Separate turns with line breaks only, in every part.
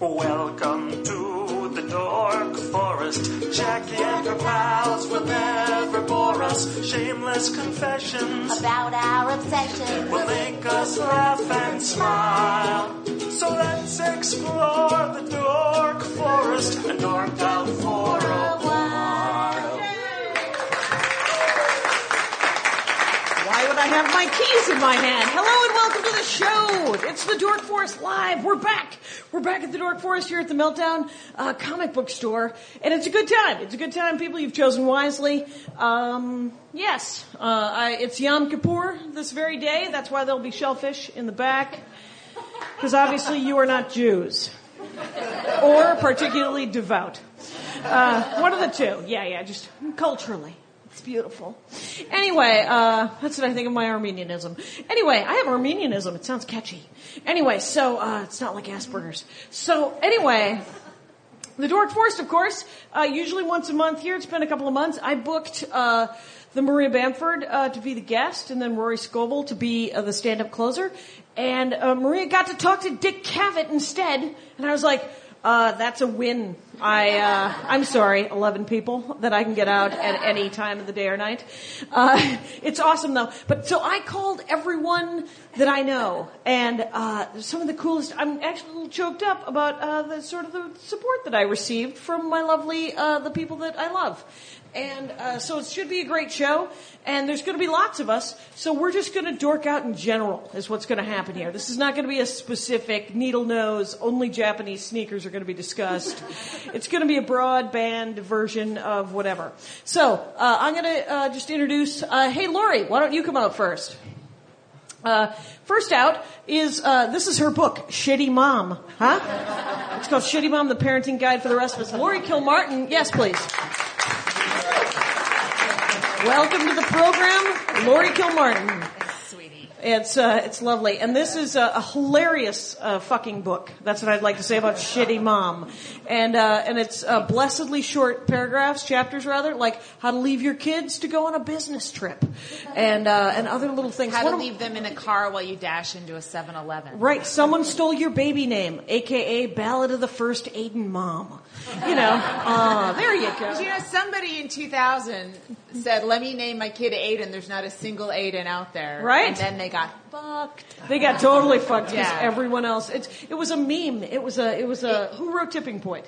Welcome to the dark forest. Jackie and her pals will never bore us. Shameless confessions
about our obsession.
will make us laugh and smile. So let's explore the dark forest and dark out for a while.
Why would I have my keys in my hand? Hello and welcome to the show. It's the Dork Forest Live. We're back. We're back at the Dork Forest here at the Meltdown uh, comic book store, and it's a good time. It's a good time, people. You've chosen wisely. Um, yes, uh, I, it's Yom Kippur this very day. That's why there'll be shellfish in the back, because obviously you are not Jews or particularly devout. Uh, one of the two. Yeah, yeah, just culturally. It's beautiful. Anyway, uh, that's what I think of my Armenianism. Anyway, I have Armenianism. It sounds catchy. Anyway, so uh, it's not like Asperger's. So, anyway. The Dork Forest, of course, uh, usually once a month here. It's been a couple of months. I booked uh, the Maria Bamford uh, to be the guest, and then Rory Scoble to be uh, the stand-up closer. And uh, Maria got to talk to Dick Cavett instead, and I was like, uh, "That's a win." I uh, I'm sorry, eleven people that I can get out at any time of the day or night. Uh, it's awesome though. But so I called everyone that I know, and uh, some of the coolest. I'm actually a little choked up about uh, the sort of the support that I received from my lovely uh, the people that I love, and uh, so it should be a great show. And there's going to be lots of us, so we're just going to dork out in general is what's going to happen here. This is not going to be a specific needle nose. Only Japanese sneakers are going to be discussed. it's going to be a broadband version of whatever. So uh, I'm going to uh, just introduce. Uh, hey, Lori, why don't you come out first? Uh, first out is uh, this is her book, Shitty Mom, huh? It's called Shitty Mom: The Parenting Guide for the Rest of Us. Lori Kilmartin, yes, please. Welcome to the program, Lori Kilmartin.
sweetie.
It's uh, it's lovely, and this is uh, a, a hilarious uh, fucking book. That's what I'd like to say about Shitty Mom, and uh, and it's uh, blessedly short paragraphs, chapters rather, like how to leave your kids to go on a business trip, and uh, and other little things.
How
One
to
of-
leave them in a car while you dash into a 7-Eleven.
Right, someone stole your baby name, aka Ballad of the First Aiden Mom. You know, uh, there you
But You
go.
know, somebody in 2000 said, "Let me name my kid Aiden." There's not a single Aiden out there,
Right.
And then they got fucked.
They got totally fucked because
Yeah.
everyone else. It's, it was a meme. It was a. It was a. Who wrote Tipping Point?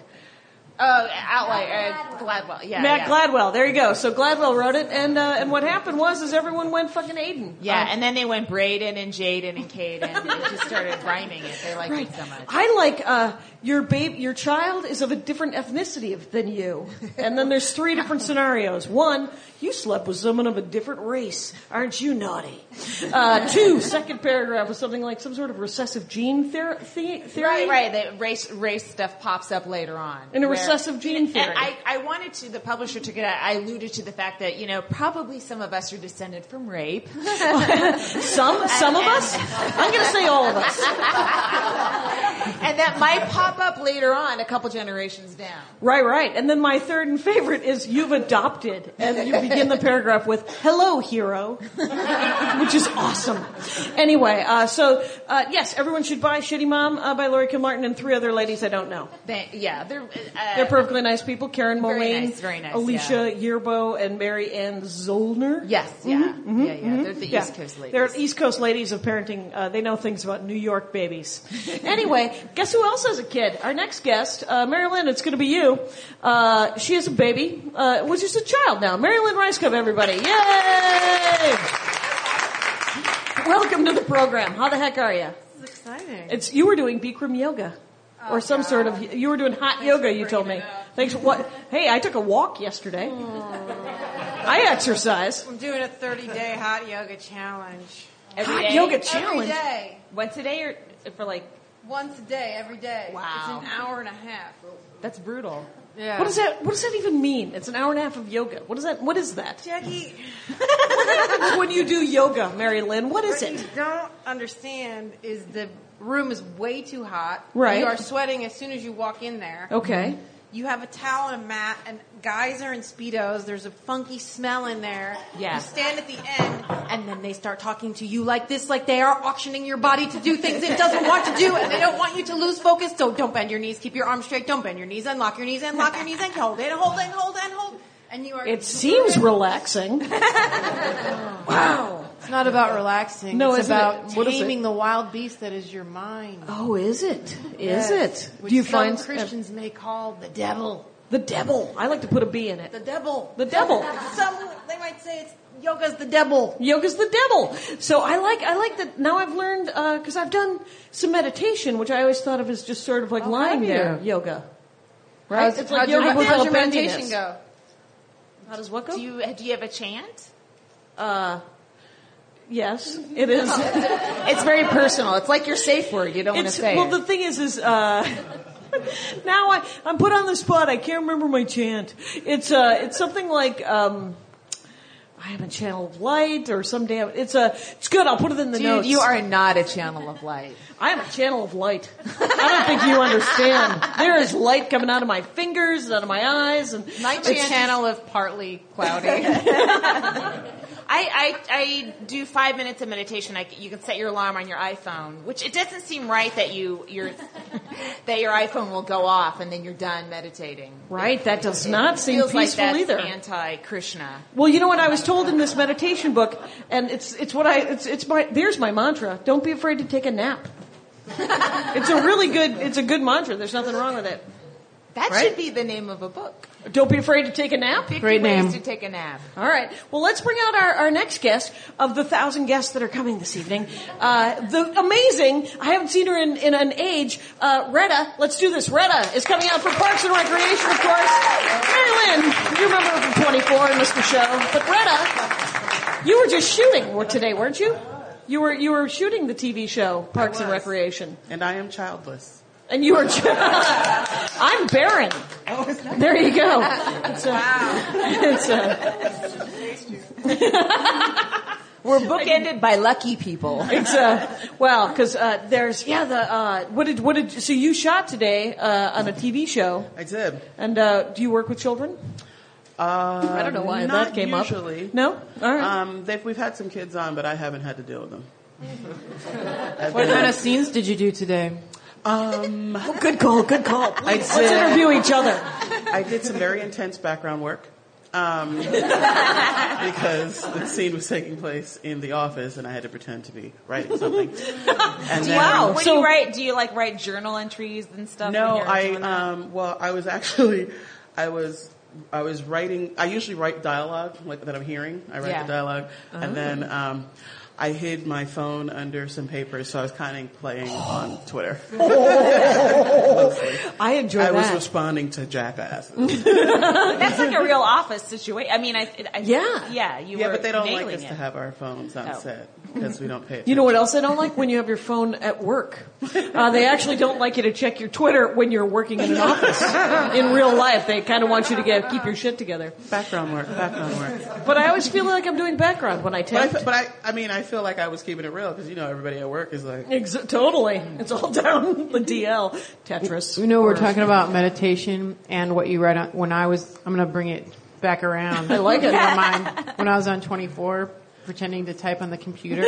Oh, outlier uh, Gladwell. Yeah,
Matt
yeah.
Gladwell. There you go. So Gladwell wrote it, and uh, and what happened was is everyone went fucking Aiden.
Yeah, and then they went Braden and Jaden and Caden. and they just started rhyming it. They liked
Right.
it so much.
I like uh, your babe. Your child is of a different ethnicity of- than you, and then there's three different scenarios. One, you slept with someone of a different race. Aren't you naughty? Uh, two, second paragraph was something like some sort of recessive gene ther- the- theory.
Right, right. The race race stuff pops up later on.
In a recessive gene theory.
And I, I wanted to. The publisher took it. out. I alluded to the fact that you know probably some of us are descended from rape.
Some some of us. I'm going to say all of us.
and that might pop up later on, a couple generations down.
Right, right. And then my third and favorite is you've adopted. And you begin the paragraph with, hello, hero. Which is awesome. Anyway, uh, so, uh, yes, everyone should buy Shitty Mom uh, by Lori Kim Martin and three other ladies I don't know.
They, yeah, they're. Uh,
They're perfectly nice people. Karen
Very
Moline,
nice, very nice,
Alicia Yearbo, and Mary Ann Zollner.
Yes, yeah,
Mm-hmm,
yeah, yeah. They're the
Yeah.
East Coast ladies.
They're East Coast ladies of parenting. Uh, they know things about New York babies. anyway, guess who else has a kid? Our next guest, uh, Marilyn, it's going to be you. Uh, she has a baby, uh, which is a child now. Marilyn Rice Cup, everybody. Yay! Welcome to the program. How the heck are you?
exciting.
It's you were doing Bikram yoga.
Oh,
Or some sort of you were doing hot yoga. You told me. Thanks. for What? Hey, I took a walk yesterday. I exercise.
I'm doing a 30 day hot yoga challenge.
hot yoga challenge.
Every day.
Once a day or for like.
Once a day, every day.
Wow.
It's an hour and a half.
That's brutal.
Yeah.
What does that? What does that even mean? It's an hour and a half of yoga. What is that? What is that?
Jackie,
when you do yoga, Mary Lynn, what is
what you
it?
don't understand is the room is way too hot.
Right. Oh.
You are sweating as soon as you walk in there.
Okay.
You have a towel and a mat, and guys are in speedos. There's a funky smell in there.
Yeah.
You stand at the end, and then they start talking to you like this, like they are auctioning your body to do things it doesn't want to do, and they don't want you to lose focus. So don't bend your knees. Keep your arms straight. Don't bend your knees. Unlock your knees. Unlock your knees. And hold it. Hold it. Hold it. Hold. And you are.
It seems relaxing. wow.
It's not about relaxing.
No,
it's
isn't it?
about
What is it?
taming the wild beast that is your mind.
Oh, is it? Is
Yes,
it?
Which
Do you
some
find uh,
Christians may call the devil?
the devil? I like to put a B in it.
The devil.
The devil.
Some they might say it's yoga's the devil.
Yoga's the devil. So I like I like that. Now I've learned because I've done some meditation, which I always thought of as just sort of like lying
Oh, have
there
you?
yoga. Right?
How's- how'd your-
yoga
how'd
without
your
bendiness.
meditation go?
How does what go?
Do you do you have a chant?
yes, it is.
It's very personal. It's like your safe word. You don't want to
It's-
say.
well,
it.
the thing is, is uh, now I, I'm put on the spot. I can't remember my chant. It's uh, it's something like um, I have a channel of light, or someday I, it's a. It's good. I'll put it in the
Dude,
notes.
you are not a channel of light.
I am a channel of light. I don't think you understand. There is light coming out of my fingers, out of my eyes, and
My
it's-
channel of partly cloudy. I, I I do five minutes of meditation. I, you can set your alarm on your iPhone, which it doesn't seem right that you your that your iPhone will go off and then you're done meditating.
Right, that does not seem
Feels
peaceful
like that's
either.
anti Krishna.
Well, you know what I was told in this meditation book, and it's it's what I it's it's my there's my mantra. Don't be afraid to take a nap. it's a really good it's a good mantra. There's nothing wrong with it.
That
Right?
should be the name of a book.
Don't be afraid to take a nap.
50
Great
ways
name.
to take a nap.
All right. Well, let's bring out our, our next guest of the thousand guests that are coming this evening. Uh, the amazing, I haven't seen her in, in an age, uh, Retta. Let's do this. Retta is coming out for Parks and Recreation, of course. Mary Lynn, you remember her from 24 and Mr. Show. But Retta, you were just shooting were- today, weren't you? You were, you were shooting the TV show Parks and
was.
Recreation.
And I am childless.
And you were, I'm barren.
Oh, it's not.
There you go. It's a, It's a,
We're bookended by lucky people.
it's a well, because uh, there's yeah the uh, what did what did so you shot today uh, on a TV show
I did.
and uh, do you work with children?
Uh,
I don't know why
not
that came
usually.
up. No, all right.
Um, they've, we've had some kids on, but I haven't had to deal with them.
What kind of scenes did you do today? Oh,
Um,
good call, good call.
I
Let's
did.
interview each other.
I did some very intense background work um, because the scene was taking place in the office, and I had to pretend to be writing something. And then,
Wow.
When
So-
you write, do you like write journal entries and stuff? when
No,
you're
I
doing that?
um, well, I was actually, I was, I was writing. I usually write dialogue like, that I'm hearing. I write
Yeah. Oh.
the dialogue, and then um, I hid my phone under some papers, so I was kind of playing on Twitter.
I enjoy
I was
that.
responding to jackasses.
That's like a real office situation. I mean, I, I
Yeah.
yeah, you
yeah,
were
but they don't like
nailing
us
it.
to have our phones on
Oh.
set because we don't pay. Attention.
you know what else I don't like when you have your phone at work. Uh, they actually don't like you to check your Twitter when you're working in an office. In real life, they kind of want you to get, keep your shit together.
Background work, background work.
But I always feel like I'm doing background when I
But I,
text.
fe- but I, I mean, I feel like I was keeping it real because you know everybody at work is like,
Ex- totally. It's all down the DL. Tetris.
You know, we're
Or-
talking about meditation and what you read on, when I was. I'm going to bring it back around. I
like it.
Never mind. When I was on 24, pretending to type on the computer, down,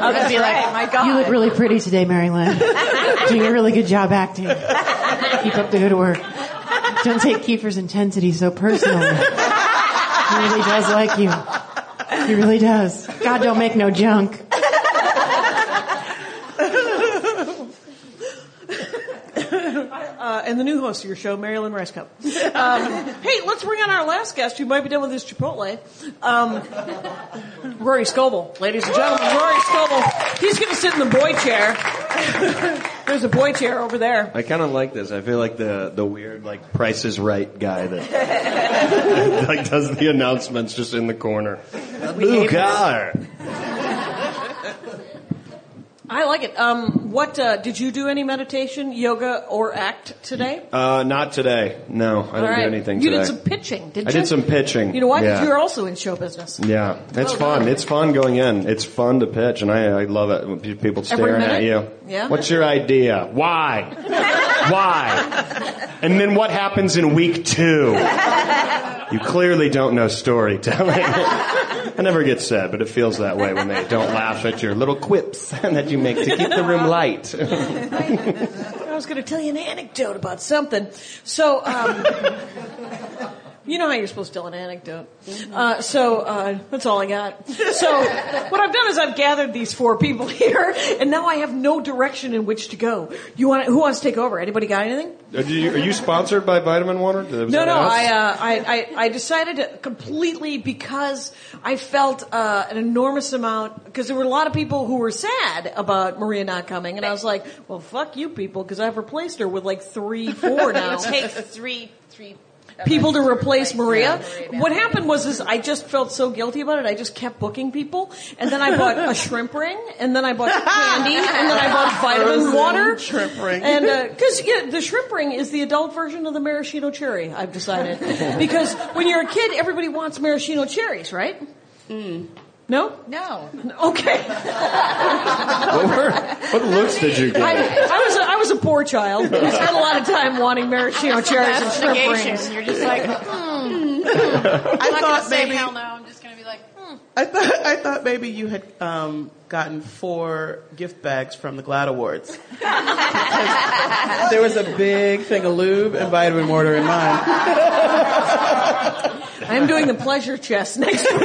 I'd be like, "Oh
my God.
"You look really pretty today, Mary Lynn. Doing a really good job acting. Keep up the good work. Don't take Kiefer's intensity so personally. He really does like you. He really does. God don't make no junk."
Uh, and the new host of your show, Marilyn Rescup. Um, hey, let's bring on our last guest who might be done with his Chipotle. Um, Rory Scoble, ladies and gentlemen. Rory Scoble. He's going to sit in the boy chair. There's a boy chair over there.
I kind of like this. I feel like the the weird like Price is Right guy that like does the announcements just in the corner. New car.
I like it. Um, what uh, did you do? Any meditation, yoga, or act today?
Uh, not today. No, I didn't
All right.
do anything
You
today.
did some pitching, didn't
I
you?
did some pitching.
You know why? Because
Yeah.
you're also in show business.
Yeah,
Oh,
it's fun. It's fun going in. It's fun to pitch, and I, I love it when pe- people staring at you.
minute? Yeah.
What's your idea? Why? Why? And then what happens in week two? You clearly don't know storytelling. I never get sad, but it feels that way when they don't laugh at your little quips that you make to keep the room light.
I was going to tell you an anecdote about something. So, um, you know how you're supposed to tell an anecdote. Uh, so, uh, that's all I got. So, what I've done is I've gathered these four people here, and now I have no direction in which to go. You want? Who wants to take over? Anybody got anything?
Are you, are you sponsored by Vitamin Water? Was
No,
that
no.
us?
I, uh, I, I, I decided to completely because I felt uh, an enormous amount because there were a lot of people who were sad about Maria not coming, and I was like, well, fuck you people, because I've replaced her with like three, four now.
It takes three, three of
people
us
to replace Maria.
now.
What happened was is I just felt so guilty about it. I just kept booking people, and then I bought a shrimp ring, and then I bought candy, and then I bought vitamin
Frozen
water
shrimp ring.
and because yeah, the shrimp ring is the adult version of the maraschino cherry. I've decided because when you're a kid, everybody wants maraschino cherries, right? No.
No.
Okay.
What, were- what looks did you
uh, I,
get?
I was a, I was a poor child. I spent a lot of time wanting maraschino cherries and
That's
shrimp
negation.
rings.
You're just like, hmm.
I
I'm not gonna
thought
say
maybe
hell no. I'm just gonna be like, hmm.
I thought I thought maybe you had um, gotten four gift bags from the Glad Awards. Because there was a big thing of lube and vitamin water in mine.
I'm doing the pleasure chest next week. So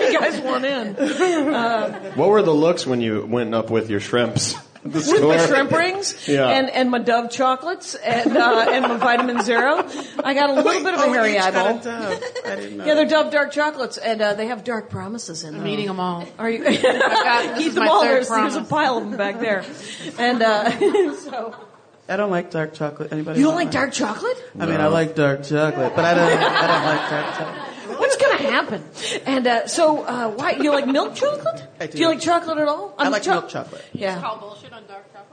if you guys want in with
What were the looks when you went up with your shrimps? At the store?
the shrimp rings
Yeah.
and and my Dove chocolates and uh, and my vitamin zero. I got a little bit of a
Oh,
hairy
each got a
eyeball.
dove. I didn't know.
Yeah, they're Dove dark chocolates, and uh, they have dark promises in them.
I'm eating them all.
Are you?
this
Eat
is
them
my
all.
third
There's, there's a
promise.
pile of them back there. And uh, so
I don't like dark chocolate. Anybody?
you don't
want
like
mine?
dark chocolate?
I mean, I like dark chocolate, but I don't. I don't like dark chocolate.
What's gonna happen? And uh, so uh, why you like milk chocolate?
I do.
you like chocolate at all?
I
I'm
like
Um, cho-
milk chocolate.
Yeah.
bullshit on dark chocolate?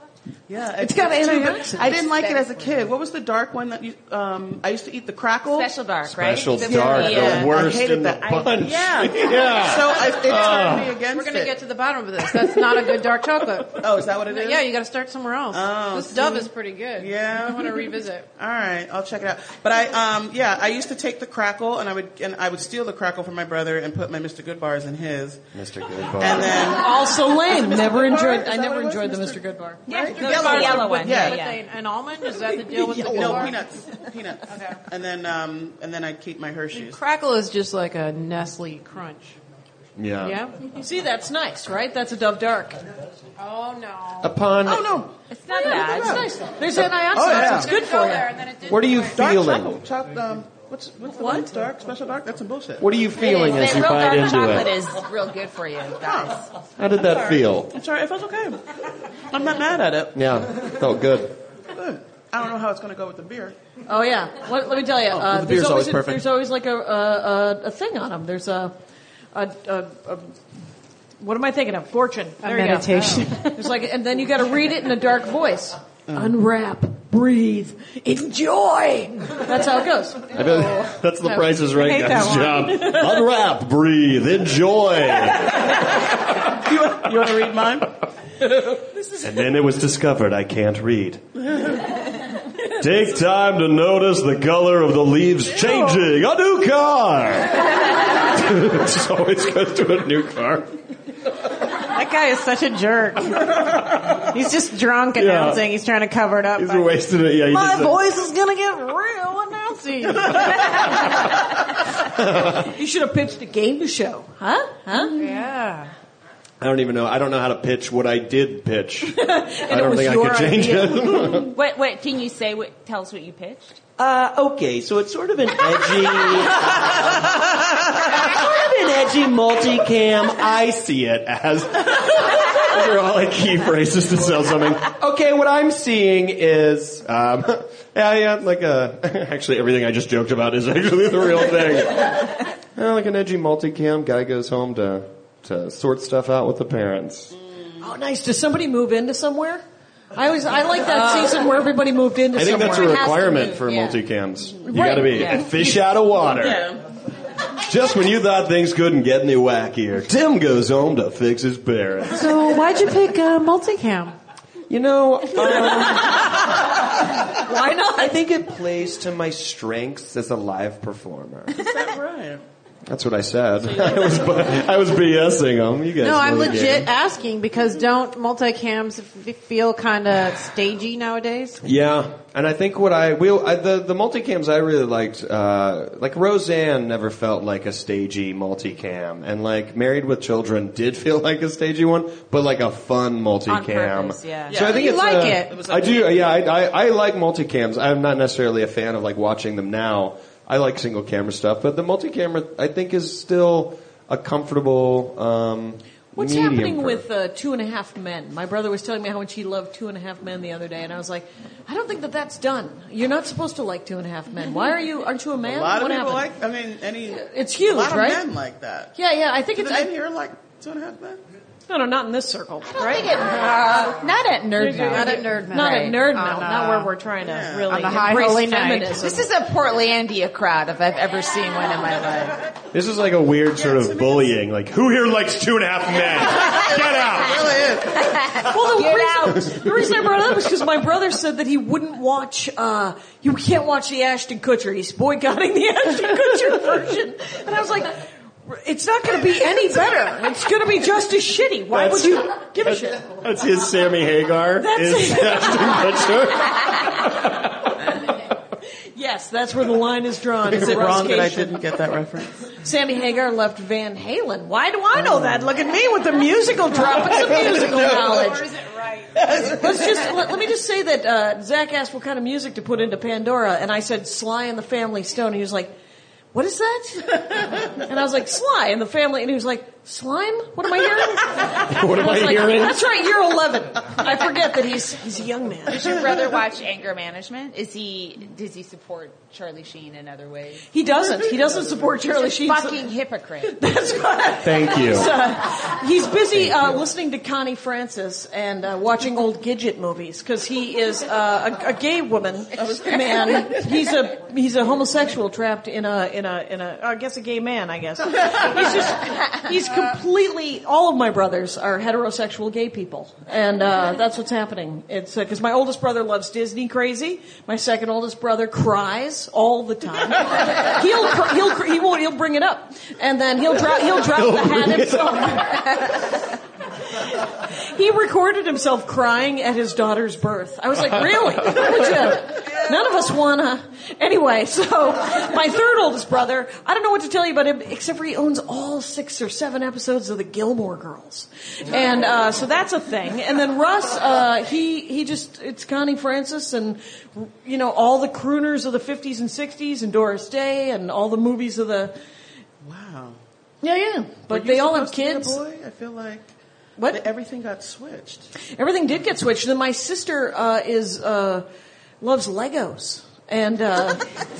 Yeah,
It's got
too, but
antioxidants.
I didn't like it as a kid. What was the dark one that you? Um, I used to eat the crackle.
special dark, right?
Special
The-
dark,
yeah.
the worst
I hated
in
that.
the
I-
bunch.
yeah.
yeah.
So I, it turned me against
We're gonna
it.
get to the bottom of this. That's not a good dark chocolate.
oh, is that what it is?
Yeah, you gotta start somewhere else.
Oh,
this dove is pretty good.
Yeah.
I want to revisit.
All right, I'll check it out. But I, um, yeah, I used to take the crackle and I would and I would steal the crackle from my brother and put my Mr. Good bars in his,
Mr. Goodbar.
and then
Also lame. Never enjoyed.
Is
I
that
never
what it was,
enjoyed the
Mr.
Mr. Good Bar.
Yeah, the
yellow
yellow,
one.
one.
Yeah.
Yeah,
With
yeah.
a- an almond? Is that the deal with the
no
bar?
peanuts, peanuts, and then um, and then I'd keep my Hershey's.
Crackle is just like a Nestle crunch.
yeah.
Yeah?
You see, that's nice, right? That's a Dove Dark.
Oh no.
Upon
Oh no,
It's not bad.
It's nice. There's antioxidants.
Oh, yeah.
It's good for you.
and then it did
what are you
dark
feeling?
chocolate, choc- um, what's what's the
What?
one? dark special dark? That's some bullshit.
What are you feeling
That
as you
real
bite
dark
into
chocolate
it?
is real good for you guys.
How did that feel?
I'm sorry, it felt okay. I'm not mad at it.
Yeah, felt good.
Good. I don't know how it's going to go with the beer.
Oh yeah. What, let me tell you. uh,
the beer's
there's
always
always, a,
perfect.
there's always like a, a, a, a thing on them. There's a, a, a, a what am I thinking of? Fortune. There you go. Oh.
meditation.
There's like, and then you got to read it in a dark voice. Unwrap, breathe, enjoy. That's how it goes.
I feel
Oh.
that's the Price is Right
hate
guy's
that
job. Unwrap, breathe, enjoy. and
You want, you want to read mine?
then it was discovered I can't read. Take time to notice the color of the leaves changing. A new car. it's always good to a new car.
That guy is such a jerk. he's just drunk announcing. He's trying to cover it up.
He's
by-
wasted it. Yeah, he
My
just- uh,
voice is gonna get real announcing.
You should have pitched a game show, huh? Huh?
yeah.
I don't even know. I don't know how to pitch what I did pitch. I
was
don't think I
your
could change it.
What? What? Can you say? What? Tell us what you pitched.
Uh, okay, so it's sort of an edgy, sort of an edgy multicam.
I see it as those are all like key phrases to sell something. Okay, what I'm seeing is um, yeah, yeah, like a actually everything I just joked about is actually the real thing. Yeah, like an edgy multicam guy goes home to to sort stuff out with the parents.
Oh, nice. Does somebody move into somewhere? I always I like that season where everybody moved into
I think
somewhere.
that's a
It has to
requirement
be,
for
yeah.
multicams. You
Right,
got to be
yeah.
a fish out of water. Just when you thought things couldn't get any wackier, Tim goes home to fix his parents.
So why'd you pick uh, multicam?
You know, um,
Why not?
I think it plays to my strengths as a live performer.
Is that right?
That's what I said. I was bu- I was BSing him. You guys.
No, I'm
know the game.
legit asking because don't multicams f- feel kind of stagey nowadays?
Yeah, and I think what I we I, the the multicams I really liked, uh, like Roseanne never felt like a stagey multicam, and like Married with Children did feel like a stagey one, but like a fun multicam.
purpose, yeah.
So I think
You
it's
like
uh,
it. It
was
I
like-
do. Yeah, I, I I like multicams. I'm not necessarily a fan of like watching them now. I like single camera stuff, but the multicamera I think is still a comfortable. Um,
What's
medium
happening
for-
with uh, Two and a Half Men? My brother was telling me how much he loved Two and a Half Men the other day, and I was like, I don't think that that's done. You're not supposed to like Two and a Half Men. Why are you? Aren't you a man?
A lot of
what
people
happened?
like. I mean, any.
It's huge,
A lot of
right?
men like that.
yeah, yeah. I think
Do the
it's.
men
I,
here like two and a half men?
no, no, not in this circle.
I don't think it, uh, not at nerd now.
Not at Nerd Melt.
Not
Right.
at nerd
On,
now.
uh,
not where we're trying to really
On the high
embrace
holy night.
feminism.
This is a Portlandia crowd if I've ever seen one in my life.
This is like a weird sort of bullying. Like, who here likes two and a half men? Get out!
Well, the
Get
reason, the reason I brought it up was because my brother said that he wouldn't watch. Uh, you can't watch the Ashton Kutcher. He's boycotting the Ashton Kutcher version, and I was like. It's not going to be any better. It's going to be just as shitty. Why
That's-
would you give a shit?
That's his Sammy Hagar.
That's
is
it.
Ashton Kutcher.
Yes, that's where the line is drawn.
Is it
Russ
wrong that I
Cation.
didn't get that reference?
Sammy Hagar left Van Halen. Why do I know that? Look at me with the musical drop. It's a musical knowledge.
is it right?
Let's just let, let me just say that uh, Zach asked what kind of music to put into Pandora, and I said Sly and the Family Stone, and he was like, "What is that?" And I was like, "Sly and the Family," and he was like, "Slime? What am I hearing?"
What am
I
I
was like,
hearing?
That's right, you're 11. I forget that he's he's a young man.
Does your brother watch Anger Management? Is he? Does he support Charlie Sheen in other ways?
He doesn't. He doesn't support Charlie Sheen.
Fucking hypocrite.
That's right.
Thank you.
He's, uh, he's busy uh, listening to Connie Francis and uh, watching old Gidget movies because he is uh, a, a gay woman man. He's a he's a homosexual trapped in a in a in a I guess a gay man. I guess he's just he's completely. All of my brothers are heterosexual gay people, and uh, that's what's happening. It's because my oldest brother loves Disney crazy. My second oldest brother cries all the time. he'll cr- he'll cr- he won't he'll bring it up, and then he'll drop he'll drop the hat himself. He recorded himself crying at his daughter's birth. I was like, really? Would you? None of us wanna. Anyway, so my third oldest brother, I don't know what to tell you about him, except for he owns all six or seven episodes of the Gilmore Girls, and uh, so that's a thing. And then Russ, uh, he he just it's Connie Francis and you know all the crooners of the '50s and '60s and Doris Day and all the movies of the
Wow.
yeah yeah. But
Were
they
you
all have
supposed to be a
kids.
boy? I feel like
What?
that everything got switched.
Everything did get switched. Then my sister uh, is uh, loves Legos, and uh,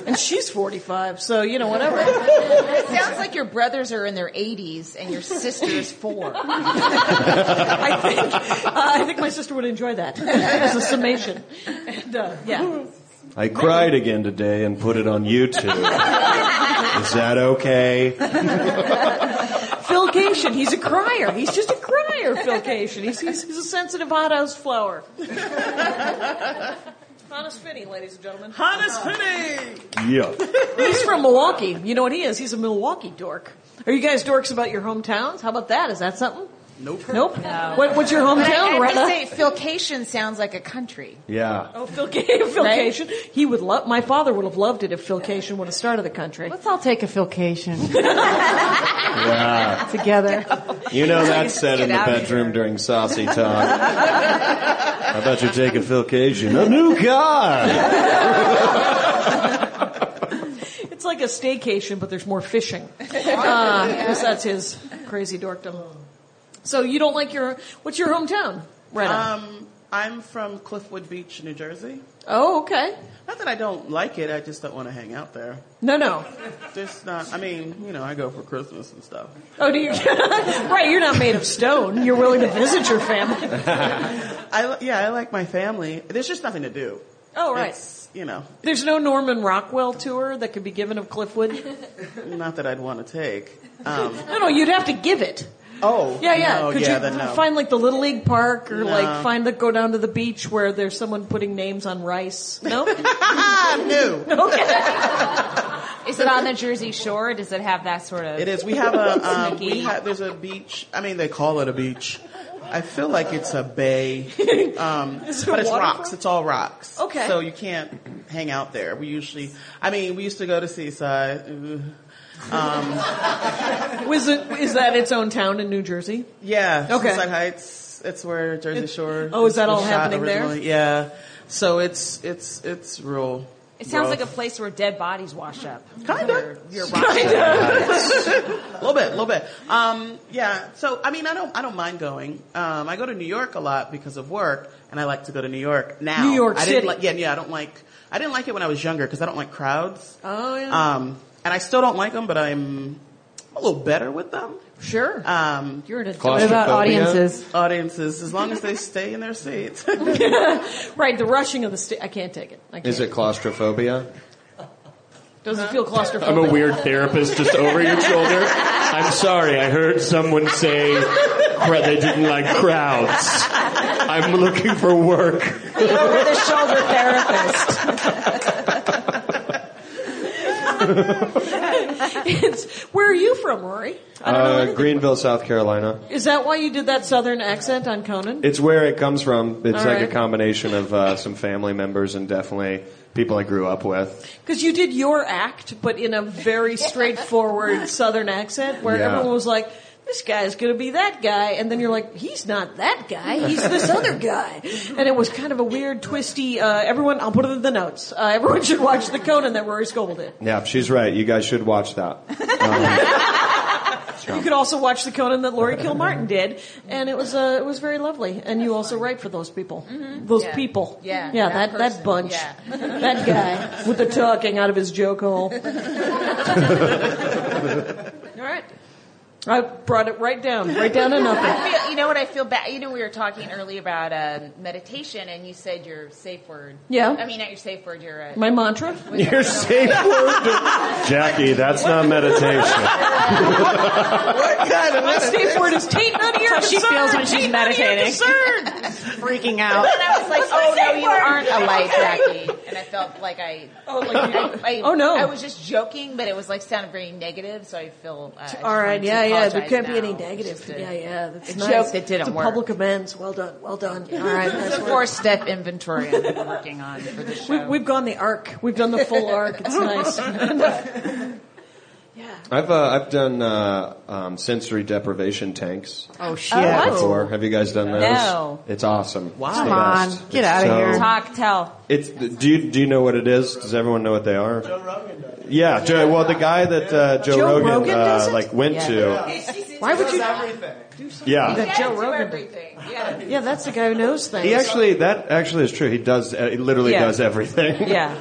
and she's forty five. So you know whatever.
It sounds like your brothers are in their 80s and your sister is four.
I think uh, I think my sister would enjoy that as a summation. And, uh, yeah,
I cried again today and put it on YouTube. Is that okay?
Phil Cation, he's a crier. He's just a crier. Phil Cation, he's he's, he's a sensitive hothouse flower. Hannes Finney, ladies and gentlemen.
Honest Penny!
Yeah.
He's from Milwaukee. You know what he is? He's a Milwaukee dork. Are you guys dorks about your hometowns? How about that? Is that something?
Nope.
Nope. What, what's your hometown,
I, I
Retta?
just say Philcation sounds like a country.
Yeah.
Oh, Phil, Ca- Phil Cation. He would love. My father would have loved it if Phil Cation would have started the country.
Let's all take a filcation
Yeah.
together.
You know that's said in
Get
the
out of
bedroom during saucy talk. I bet you're taking filcation. A new car.
It's like a staycation, but there's more fishing. Because that's his crazy dorkdom. So you don't like your. What's your hometown, Retta?
Um, I'm from Cliffwood Beach, New Jersey.
Oh, okay.
Not that I don't like it, I just don't want to hang out there.
No, no.
There's not, I mean, you know, I go for Christmas and stuff.
Oh, do you? right, you're not made of stone. You're willing to visit your family.
I, yeah, I like my family. There's just nothing to do.
Oh, right.
It's, you know,
There's no Norman Rockwell tour that could be given of Cliffwood.
not that I'd want to take. Um,
No, no, you'd have to give it.
oh,
Yeah, yeah.
No,
Could
yeah,
you
then no.
find like the Little League Park or
No.
like find the go down to the beach where there's someone putting names on rice? No.
ah, no.
Is it on the Jersey Shore? Does it have that sort of?
It is. We have a um,
Sneaky.
we have there's a beach. I mean, they call it a beach. I feel like it's a bay, um,
Is it
but it's
waterfront?
rocks. It's all rocks.
Okay.
So you can't hang out there. We usually, I mean, we used to go to Seaside. Ooh.
Was it? Is that its own town in New Jersey?
Yeah.
Okay.
Seaside Heights. It's where Jersey Shore.
oh, is that
was
all
shot
happening there?
originally. Yeah. So it's it's it's real.
It sounds like
rough.
a place where dead bodies wash up.
Kinda.
Your
A little bit, a little bit. Um, yeah. So I mean, I don't, I don't mind going. Um, I go to New York a lot because of work, and I like to go to New York now.
New York
I didn't
City.
Like, yeah, yeah. I don't like. I didn't like it when I was younger because I don't like crowds.
Oh, yeah.
Um, and I still don't like them, but I'm a little better with them.
Sure.
Um,
You're an adult.
What about
Claustrophobia?
audiences?
audiences, as long as they stay in their seats.
Right, the rushing of the state. I can't take it. I can't.
Is it claustrophobia?
Does it feel claustrophobic?
I'm a weird therapist just over your shoulder. I'm sorry, I heard someone say cra- they didn't like crowds. I'm looking for work.
over the shoulder therapist. it's, where are you from, Rory? I don't know.
Uh,
anything.
Greenville, South Carolina.
Is that why you did that southern accent on Conan?
It's where it comes from. It's
All
like
right.
a combination of uh, some family members and definitely people I grew up with.
Because you did your act, but in a very straightforward southern accent where
Yeah.
everyone was like, this guy's going to be that guy. And then you're like, he's not that guy. He's this other guy. And it was kind of a weird, twisty, uh, everyone, I'll put it in the notes. Uh, everyone should watch the Conan that Rory Scoble did.
Yeah, she's right. You guys should watch that. Um,
You could also watch the Conan that Laurie Kilmartin did, and it was uh, it was very lovely. And you also write for those people, those
Mm-hmm. Yeah.
people,
Yeah,
yeah,
that
that that,
person.
bunch,
Yeah.
that guy with the talking out of his joke hole.
All right.
I brought it right down, right down to nothing.
I feel, you know what I feel bad. You know, we were talking earlier about um meditation, and you said your safe word.
Yeah.
I mean, not your safe word. Your uh,
My mantra.
Your safe word, Jackie. That's not meditation.
My safe word is taint none of your
That's how she
concern,
feels when she's
taint none of your
meditating.
concern."
Freaking out.
and I was like,
my
oh no,
safe
you
word.
aren't a light, Jackie. And I felt like I.
Oh, like you-
I,
Oh, no.
I was just joking, but it was like sounded very negative, so I feel. Uh, I just
All right,
wanted to
yeah, yeah. There
apologize
can't be
now.
any
It's
negative.
just a-
yeah, yeah. That's
a
nice.
joke that didn't
it's a
work.
Public amends. Well done. Well done. All right.
It's
Nice
a
work.
four-step inventory I've been working on for the show.
We've, we've gone the arc. We've done the full arc. It's nice. yeah.
I've uh, I've done uh, um, sensory deprivation tanks.
oh shit!
Yeah.
before. Have you guys done those?
No.
It's awesome. Wow.
Come on. Get outta here.
Talk, tell.
It's do you do you know what it is? Does everyone know what they are? Joe Rogan does. Yeah, Joe, well the guy that uh, Joe,
Joe
Rogan,
Rogan does
uh,
it?
like went to.
Why would you?
Yeah.
That Joe Rogan. did.
Everything. Yeah.
Yeah, that's the guy who knows things.
He actually that actually is true. He does uh, he literally
Yeah.
does everything.
yeah.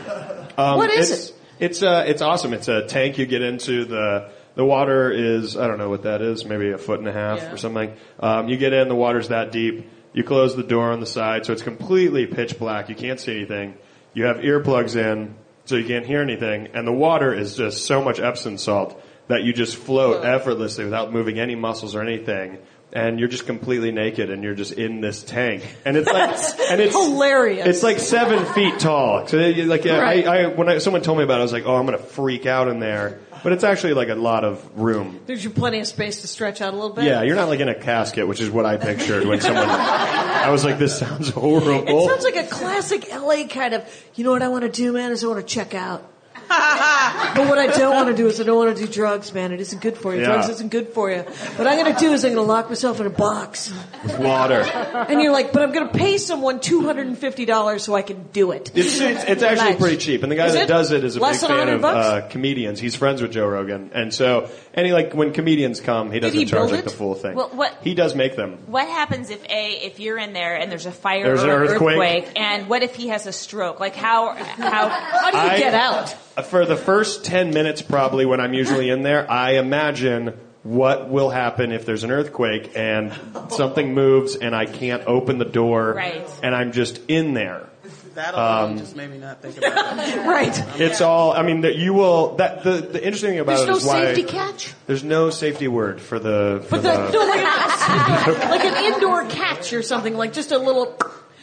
Um,
What is
it's, it? It's uh, it's awesome. It's a tank you get into. The the water is I don't know what that is, maybe a foot and a half
Yeah.
or something. Um, you get in, the water's that deep. You close the door on the side, so it's completely pitch black. You can't see anything. You have earplugs in, so you can't hear anything. And the water is just so much Epsom salt that you just float effortlessly without moving any muscles or anything. And you're just completely naked, and you're just in this tank. And it's like, and it's
hilarious.
It's like seven feet tall. So you- like yeah,
Right.
I, I, when I, someone told me about it, I was like, oh, I'm gonna freak out in there. But it's actually like a lot of room.
There's you plenty of space to stretch out a little bit.
Yeah, you're not like in a casket, which is what I pictured when someone. I was like, this sounds
It
horrible.
sounds like a classic LA kind of. You know what I want to do, man? Is I want to check out. But what I don't want to do is I don't want to do drugs, man. It isn't good for you.
Yeah.
Drugs isn't good for you. What I'm going to do is I'm going to lock myself in a box.
with water.
And you're like, but I'm going to pay someone $250 so I can do it.
It's, it's, it's actually
Nice.
pretty cheap, and the guy
Is
that
it?
does it is a
Less than
big fan
100
of
bucks?
uh, comedians. He's friends with Joe Rogan, and so and he like when comedians come, he doesn't
he
charge
build
like
it?
the full thing.
Well, what-
He does make them.
What happens if a if you're in there and there's a fire
There's
or
an earthquake.
and what if he has a stroke? Like how how how do you
I-
get out?
Uh, For the first ten minutes, probably when I'm usually in there, I imagine what will happen if there's an earthquake and something moves and I can't open the door,
Right.
and I'm just in there.
That
Um,
alone just made me not think about it.
Right.
It's all. I mean, that you will. That the, the interesting thing about
There's
it
no
is why
safety catch.
there's no safety word for the. For
But the,
the
no, like, a, like an indoor catch or something, like just a little.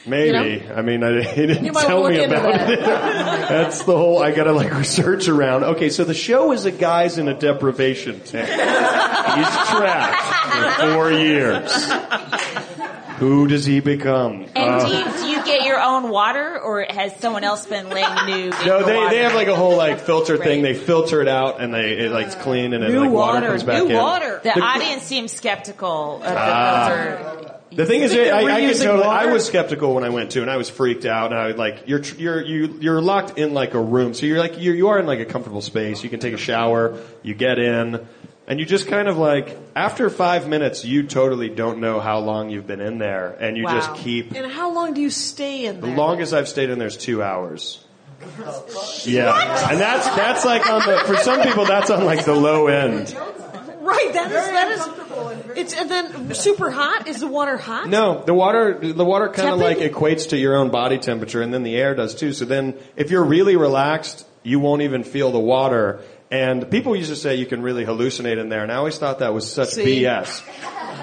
Maybe.
You
I mean, I, he didn't
You might
tell
wanna
me
look into
about
that.
it. That's the whole. I gotta like research around. Okay, so the show is a guy's in a deprivation tank. He's trapped for four years. Who does he become?
And
Uh,
do, you, do you get your own water or has someone else been laying nude? in
no,
your
they,
water?
they have like a whole like filter thing. They
Right.
filter it out and they it like it's clean and then
New
like water,
water,
comes back
new
in.
water.
The,
The- Ah.
audience seems skeptical of the filter.
The thing is,
think
I,
they were
I, I, could
using
totally, I
water?
was skeptical when I went to, and I was freaked out. And I was like, you're tr- you're you, you're locked in like a room, so you're like you're, you are in like a comfortable space. You can take a shower, you get in, and you just kind of like after five minutes, you totally don't know how long you've been in there, and you
Wow.
just keep.
And how long do you stay in
The
there?
longest I've stayed in there is two hours. Yeah, and that's that's like on the for some people that's on like the low end.
Right, that is that is. It's and then super hot. Is the water hot?
No, the water the water kind of like
Tepid?
equates to your own body temperature, and then the air does too. So then, if you're really relaxed, you won't even feel the water. And people used to say you can really hallucinate in there, and I always thought that was such
See?
BS.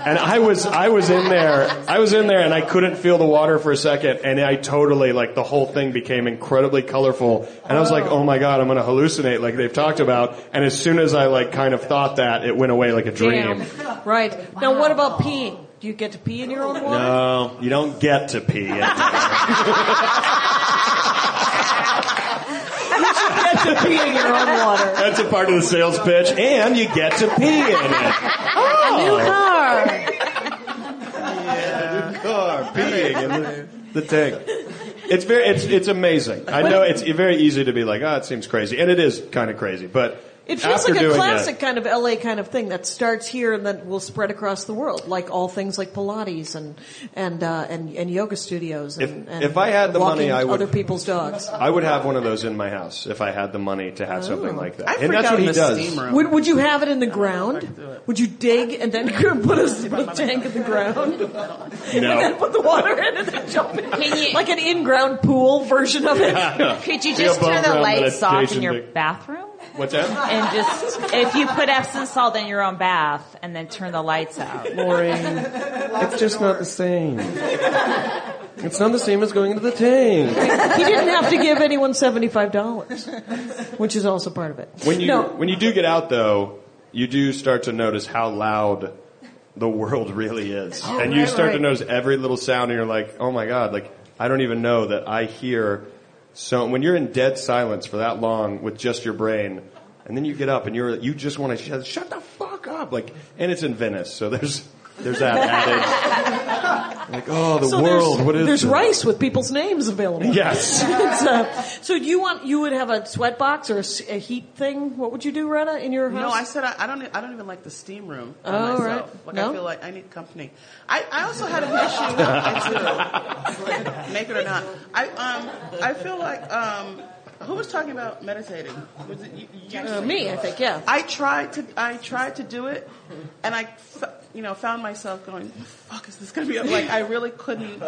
And I was I was in there, I was in there, and I couldn't feel the water for a second, and I totally like the whole thing became incredibly colorful, and I was like, oh my god, I'm gonna hallucinate like they've talked about. And as soon as I like kind of thought that, it went away like a dream.
Damn. Right. Now, what about peeing? Do you get to pee in your own water?
No, you don't get to pee. in there.
You get to pee in your own water.
That's a part of the sales pitch, and you get to pee in it. Oh,
Car.
car peeing in the, the tank. It's very, it's it's amazing. I know it's very easy to be like, oh, it seems crazy, and it is kind of crazy, but
It feels
after
like a
doing
classic
it,
kind of LA kind of thing that starts here and then will spread across the world, like all things like Pilates and and uh, and, and yoga studios. And,
If-
and
if I had the
walking
money, I would-
other people's dogs.
I would have one of those in my house if I had the money to
Oh.
have something like that,
I
and
freak
that's
out
what
in
he
the
does.
steam room.
Would, would you have it in the ground?
do it.
Would you dig and then put a little tank in the ground? And then put the water in and then jump in.
Can you-
Like an in-ground pool version of it.
Could you
Be a
just turn the
background
lights off in
meditation
your
thing.
bathroom?
What's that?
And just if you put Epsom salt in your own bath and then turn the lights out.
It's just not the same. It's not the same as going to the tank.
He didn't have to give anyone $75, which is also part of it.
When you
no,
when you do get out though, you do start to notice how loud the world really is. and you
Oh, right,
start to
right.
notice every little sound and you're like, "Oh my god, like I don't even know that I hear so when you're in dead silence for that long with just your brain and then you get up and you're you just want to shut, shut the fuck up like and it's in Venice, so there's there's that added like, "Oh, the
so
world,
there's,
what is
there's
this?
rice with people's names available.
Yes.
It's, uh, so do you want you would have a sweat box or a, s- a heat thing? What would you do, Rena, in your
No,
house?
I said I, I don't. I don't even like the steam room. by
Oh,
myself.
right.
Like
No?
I feel like I need company. I, I also had an issue. It's, uh, Make it or not, I um I feel like um who was talking about meditating? Was it you? you-
Uh, me, I think, yeah.
I tried to I tried to do it, and I f- you know found myself going, "What the fuck is this gonna be?" Like I really couldn't. Do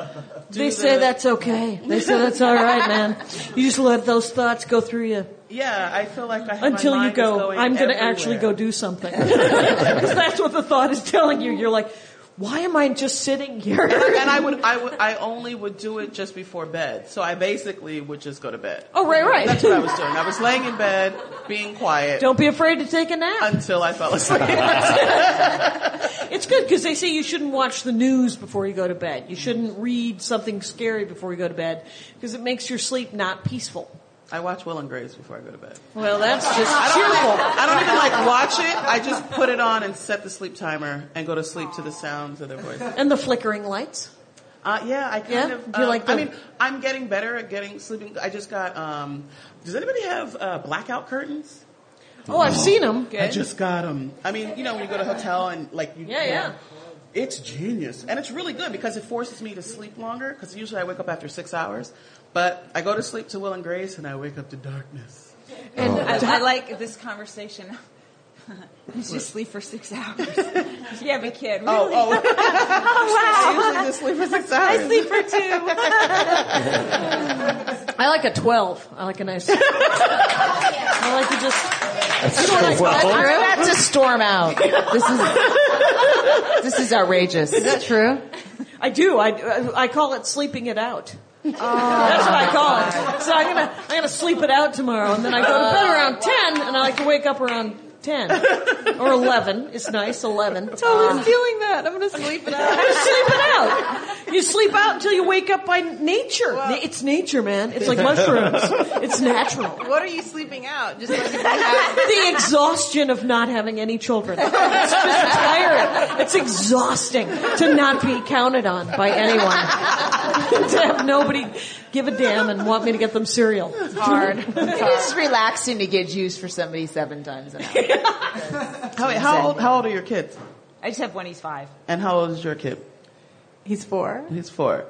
They
the-
say that's okay. They say that's all right, man. You just let those thoughts go through you
Yeah, I feel like I have
until
my
you
mind is
go.
going
I'm
going
gonna actually go do something because that's what the thought is telling you. You're like, why am I just sitting here?
and I would, I would, I only would do it just before bed. So I basically would just go to bed.
oh, right, right.
That's what I was doing. I was laying in bed, being quiet
Don't be afraid to take a nap.
until I fell asleep.
It's good because they say you shouldn't watch the news before you go to bed. You shouldn't read something scary before you go to bed because it makes your sleep not peaceful.
I watch Will and Grace before I go to bed.
Well, that's just cheerful.
I don't even like watch it. I just put it on and set the sleep timer and go to sleep to the sounds of their voices.
And the flickering lights.
Uh, yeah, I kind
Yeah?
of.
Do you
um,
like
I
the-
mean, I'm getting better at getting sleeping. I just got. Um, does anybody have uh, blackout curtains?
Oh, I've seen them.
I just got them. I mean, you know, when you go to a hotel and like you.
Yeah, yeah.
It's genius, and it's really good because it forces me to sleep longer. Because usually I wake up after six hours, but I go to sleep to Will and Grace, and I wake up to darkness.
And I, I like this conversation. You just sleep for six hours. you have a kid. Really?
Oh, oh,
wow.
I usually just sleep for six hours.
I sleep for two.
I like a 12. I like a nice. I like to just.
That's
know what I thought?
well,
True.
about to storm out. This is this is outrageous.
Is that true?
I do. I- I, I call it sleeping it out. That's what I call it. So I'm gonna I'm gonna sleep it out tomorrow, and then I go to bed around ten, and I like to wake up around ten or eleven. It's nice, eleven. Totally feeling that. I'm gonna sleep it out. I'm gonna sleep it out. You sleep out until you wake up by nature. Na- It's nature, man. It's like mushrooms. It's natural.
What are you sleeping out? Just like
the exhaustion of not having any children. It's just tired. It's exhausting to not be counted on by anyone. to have nobody give a damn and want me to get them cereal. It's hard.
It's relaxing to get juice for somebody seven times an hour.
How, wait, how old? How old are your kids?
I just have one. He's five.
And how old is your kid?
He's four.
He's four.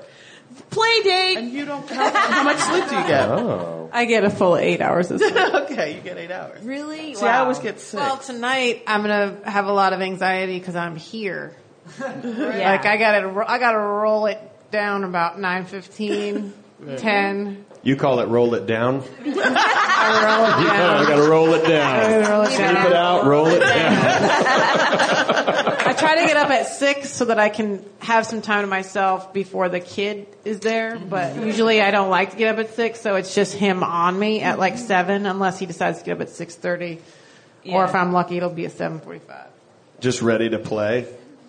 Play date.
And you don't. How, how much sleep do you get?
oh.
I get a full eight hours of sleep.
okay, you get eight hours.
Really?
See, I always get sick.
Well, tonight I'm gonna have a lot of anxiety because I'm here.
Yeah.
Like I gotta, ro- I gotta roll it down about nine fifteen, ten.
You call it roll it down?
I roll it down.
You kinda gotta roll it down.
I roll it down.
Keep it out, roll it down.
I try to get up at six so that I can have some time to myself before the kid is there. But usually I don't like to get up at six, so it's just him on me at like seven, unless he decides to get up at six thirty, or if I'm lucky, it'll be at seven forty-five.
Just ready to play.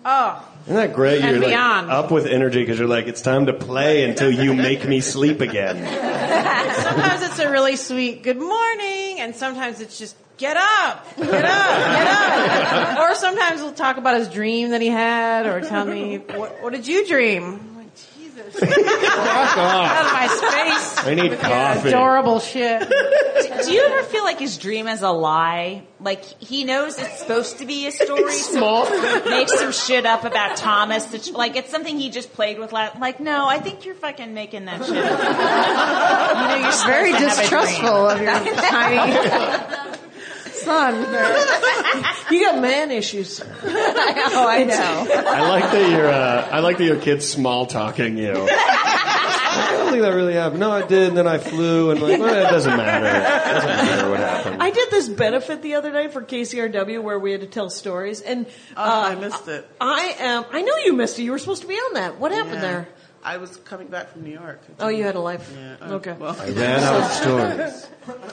Oh,
Isn't that great?
And
you're like
beyond.
up with energy because you're like, it's time to play until you make me sleep again.
sometimes it's a really sweet good morning, and sometimes it's just get up, get up, get up. or sometimes we'll talk about his dream that he had, or tell me what, what did you dream? I'm like, Jesus,
Fuck off.
out of my space.
I need coffee.
Adorable shit.
Do you ever feel like his dream is a lie? Like he knows it's supposed to be a story. small. So he makes some shit up about Thomas. that- Like it's something he just played with. la- Like no, I think you're fucking making that shit. up. you know, you're supposed
very
to have a dream.
distrustful of your tiny son.
You got man issues.
Oh, I know.
I like that your uh, I like that your kid's small talking you. I don't think that really happened. No, I did. And then I flew, and like, well, it doesn't matter. It doesn't matter what happened.
I did this benefit the other day for KCRW where we had to tell stories, and
Oh,
uh,
I missed it.
I am. I know you missed it. You were supposed to be on that. What happened
Yeah.
uh, there?
I was coming back from New York.
Oh, you had a life.
Yeah, uh,
okay.
Well,
I ran out of stories.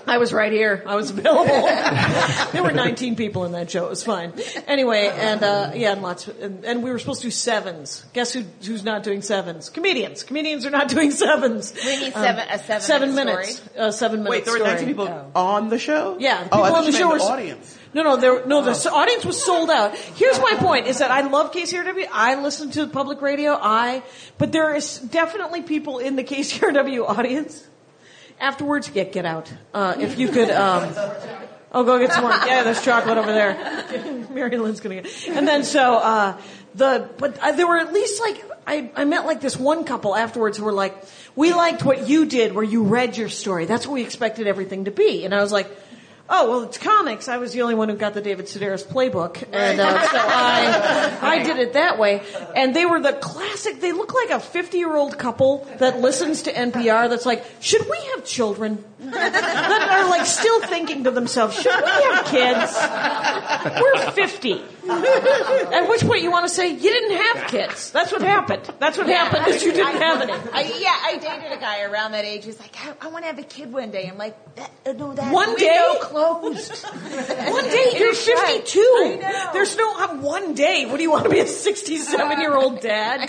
I was right here. I was available. there were 19 people in that show. It was fine. Anyway, and uh, yeah, and lots, and, and we were supposed to do sevens. Guess who, who's not doing sevens? Comedians. Comedians are not doing sevens.
We need seven- a Oh. seven minute
minutes. A seven minute
wait, there were
story.
19 people on the show.
Oh. Yeah, the
oh,
people
I thought
on the
you
show
meant
were
the audience.
No, no, there, no. The s- audience was sold out. Here's my point: is that I love KCRW. I listen to public radio. I, but there is definitely people in the KCRW audience. Afterwards, get get out. Uh, if you could, um, oh, go get some more. Yeah, there's chocolate over there. Mary Lynn's gonna get. And then so uh, the, but I, there were at least like I, I met like this one couple afterwards who were like, we liked what you did where you read your story. That's what we expected everything to be. And I was like. Oh well, it's comics. I was the only one who got the David Sedaris playbook, and uh, so I I did it that way. And they were the classic. They look like a fifty year old couple that listens to NPR. That's like, should we have children? that are like still thinking to themselves, should we have kids? We're fifty. At which point you want to say you didn't have kids. That's what happened. That's what happened is you didn't have any.
I, yeah, I dated a guy around that age. He's like, I, I want to have a kid one day. I'm like, that, uh, no, that
One
window
day?
closed.
One day you're 52.
I know.
There's no uh, one day. What do you want to be a 67 year old dad?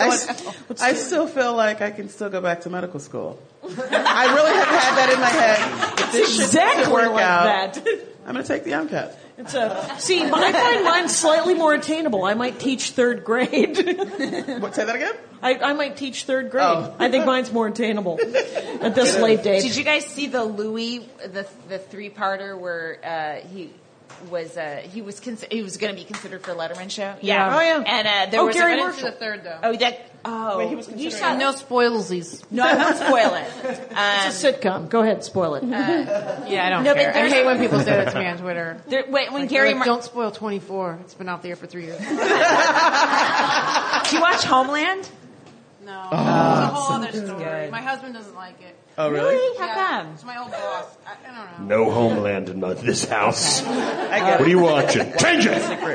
I still feel like I can still go back to medical school. I really have had that in my head. If this shit doesn't
exactly
work
like
out,
that.
I'm going to take the MCAT.
It's a, see, but I find mine slightly more attainable. I might teach third grade.
What, say that again?
I, I might teach third grade.
Oh.
I think mine's more attainable at this late date.
Did you guys see the Louis the the three parter where uh, he was uh, he was consi- he was going to be considered for Letterman show?
Yeah. Oh, yeah.
And uh, there
Oh,
was
Gary
an-
Marshall.
The third though.
Oh, that. Oh,
he was
you
considered-
Uh,
saw
No
no.
spoilsies.
No, I won't spoil it. Um,
It's a sitcom. Go ahead, spoil it.
Yeah, I don't
No, but
care. I
there's-
hate when people do that to me on Twitter.
there, wait, when
Gary,
Gary, Mar-
don't spoil 24. It's been out there for three years.
do you watch Homeland?
No, it's a whole other story. My husband doesn't like it.
Oh, really?
How
Yeah,
come?
It's my old boss. I, I don't know.
No homeland in this house.
I get
What
it.
are you watching? Change it!
We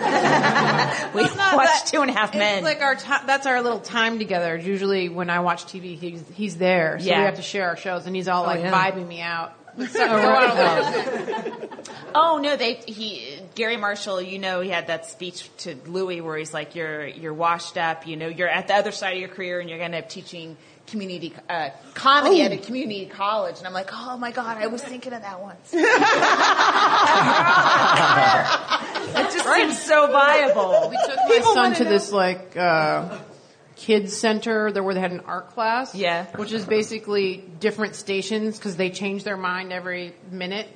It's not
watched
that-
Two and a Half
it's
Men.
like our ti that's our little time together. Usually when I watch TV, he's he's there, so
Yeah.
we have to share our shows, and he's all like
yeah.
vibing me out. It's so- I
Oh no, they he Gary Marshall. You know, he had that speech to Louis where he's like, "You're you're washed up. You know, you're at the other side of your career, and you're going to end up teaching community uh, comedy at a community college." And I'm like, "Oh my god, I was thinking of that once." it just seems so viable.
took my son to this like uh, kids center there where they had an art class.
Yeah.
which is basically different stations because they change their mind every minute,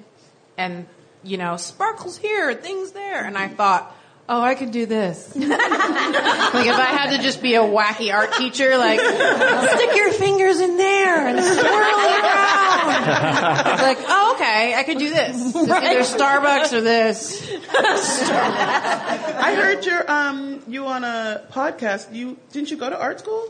and you know, sparkles here, things there, and I thought. Oh, I could do this. like if I had to just be a wacky art teacher, like stick your fingers in there and swirl it around. It's like, oh, okay, I could do this. It's either Starbucks or this.
I heard your um you on a podcast. You didn't you go to art school?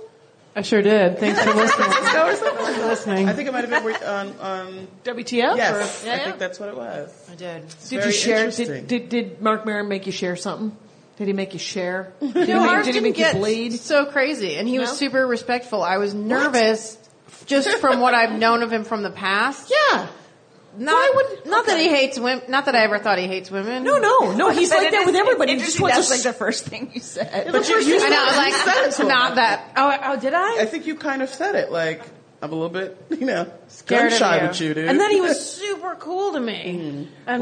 I sure did. Thanks for listening.
Go or something?
listening.
I think it might have been where- on um
WTF?
yes.
Or,
I think that's what it was.
I did.
did
very
you share?
interesting.
Did, did did Mark Maron make you share something? Did he make you share? Did he
No,
make,
ours
did he
didn't
make you
get
bleed?
so crazy, and he was super respectful. I was nervous just from what I've known of him from the past.
Yeah.
Not, not that he hates women. Not that I ever thought he hates women.
No, no, no. He's
But
like
it
that
is-
with everybody. He
it's
just
interesting,
wants
that's
to
like the first thing you said.
But you, you,
I know. I was
said
like,
it
it's
to him.
not that. Oh, oh, did I?
I think you kind of said it like I'm a little bit, you know,
Scared
gun
of
shy
you.
with you, dude.
And then he was super cool to me. And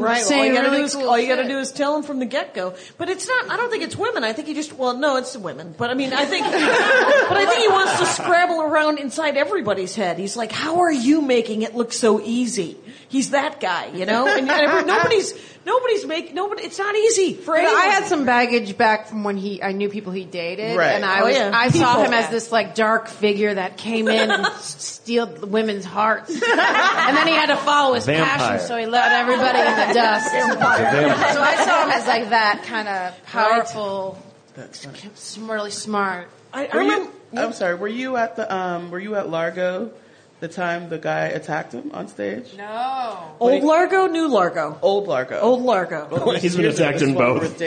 Mm. Right. well, all
saying
you gotta
really
do is
cool
all you gotta
shit.
do is tell him from the get go. But it's not. I don't think it's women. I think he just. Well, no, it's women. But I mean, I think. but I think he wants to scrabble around inside everybody's head. He's like, "How are you making it look so easy?" He's that guy, you know. And, and nobody's nobody's make nobody. It's not easy for
But
anyone.
I had some baggage back from when he I knew people he dated,
Right.
and I
Oh,
was
yeah.
I saw
People.
him as this like dark figure that came in and stealed women's hearts, and then he had to follow his
Vampire.
passion, so he let everybody in the dust. so I saw him as like that kind of powerful,
That's funny.
s- really smart.
I, I
Were
remember.
you, I'm sorry. Were you at the um? Were you at Largo the time the guy attacked him on stage?
No,
Old Largo, new Largo.
Old Largo.
Old Largo.
He's been attacked in both.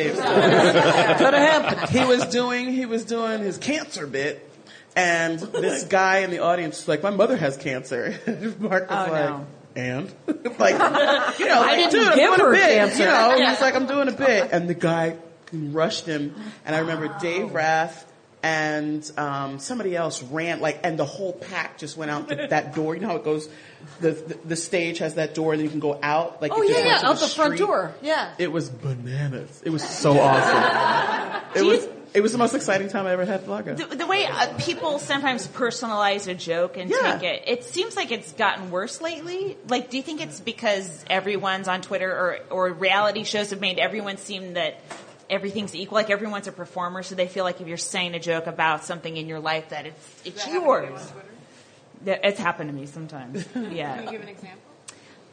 Could have happened. He was doing he was doing his cancer bit, and this guy in the audience was like, "My mother has cancer." Mark was
Oh,
like.
no.
And like, you know, like,
didn't
dude, I'm
give
doing
her
a bit.
cancer.
You know, and he's like, I'm doing a bit, and the guy rushed him. And I remember Dave Rath and um, somebody else ran like, and the whole pack just went out the, that door. You know how it goes. The, the the stage has that door, and you can go out. Like,
Oh
it
yeah,
just
yeah,
goes to
out the front
street.
door. Yeah.
It was bananas. It was so awesome. It was it was the most exciting time I ever had at Largo.
the, the way uh, people sometimes personalize a joke and
Yeah.
take it, it seems like it's gotten worse lately. Like, do you think it's because everyone's on Twitter or, or reality shows have made everyone seem that everything's equal? Like, everyone's a performer, so they feel like if you're saying a joke about something in your life, that it's it's yours. That- It's happened to me sometimes. Yeah.
give an example.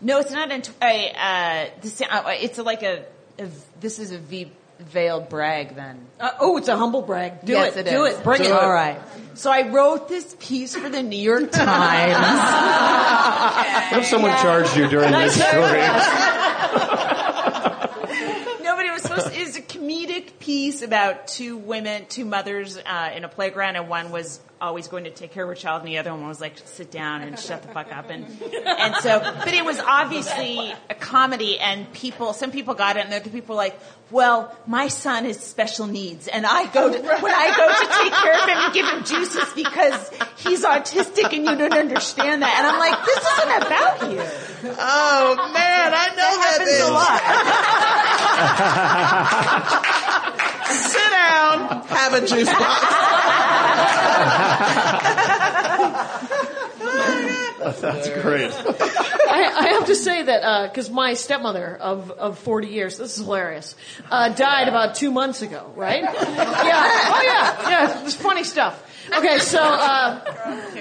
No, it's not. In tw- I, uh, this, uh, it's like a, a- This is a v- veiled brag. Then
Uh, oh, it's a humble brag. Do
Yes,
it.
it
do
is.
it. Bring
Do
it.
it.
All right.
So I wrote this piece for the New York Times.
What if someone charged you during this story?
Nobody was supposed supposed it was a comedic piece about two women, two mothers uh, in a playground, and one was always going to take care of her child, and the other one was like, "Sit down and shut the fuck up." And and so, but it was obviously a comedy, and people, some people got it, and other people were like, "Well, my son has special needs, and I go to, when I go to take care of him and give him juices because he's autistic, and you don't understand that." And I'm like, "This isn't about you."
Oh man, I know that
happens a
Sit down, have a juice box.
That's great.
I, I have to say that because my stepmother of, of 40 years, this is hilarious, uh, died about two months ago, right? Yeah. Oh, yeah. Yeah. It's funny stuff. Okay, so uh,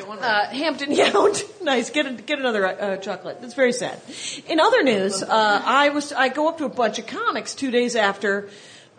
uh, Hampton Yount. nice. Get, a, get another uh, chocolate. It's very sad. In other news, uh, I, was, I go up to a bunch of comics two days after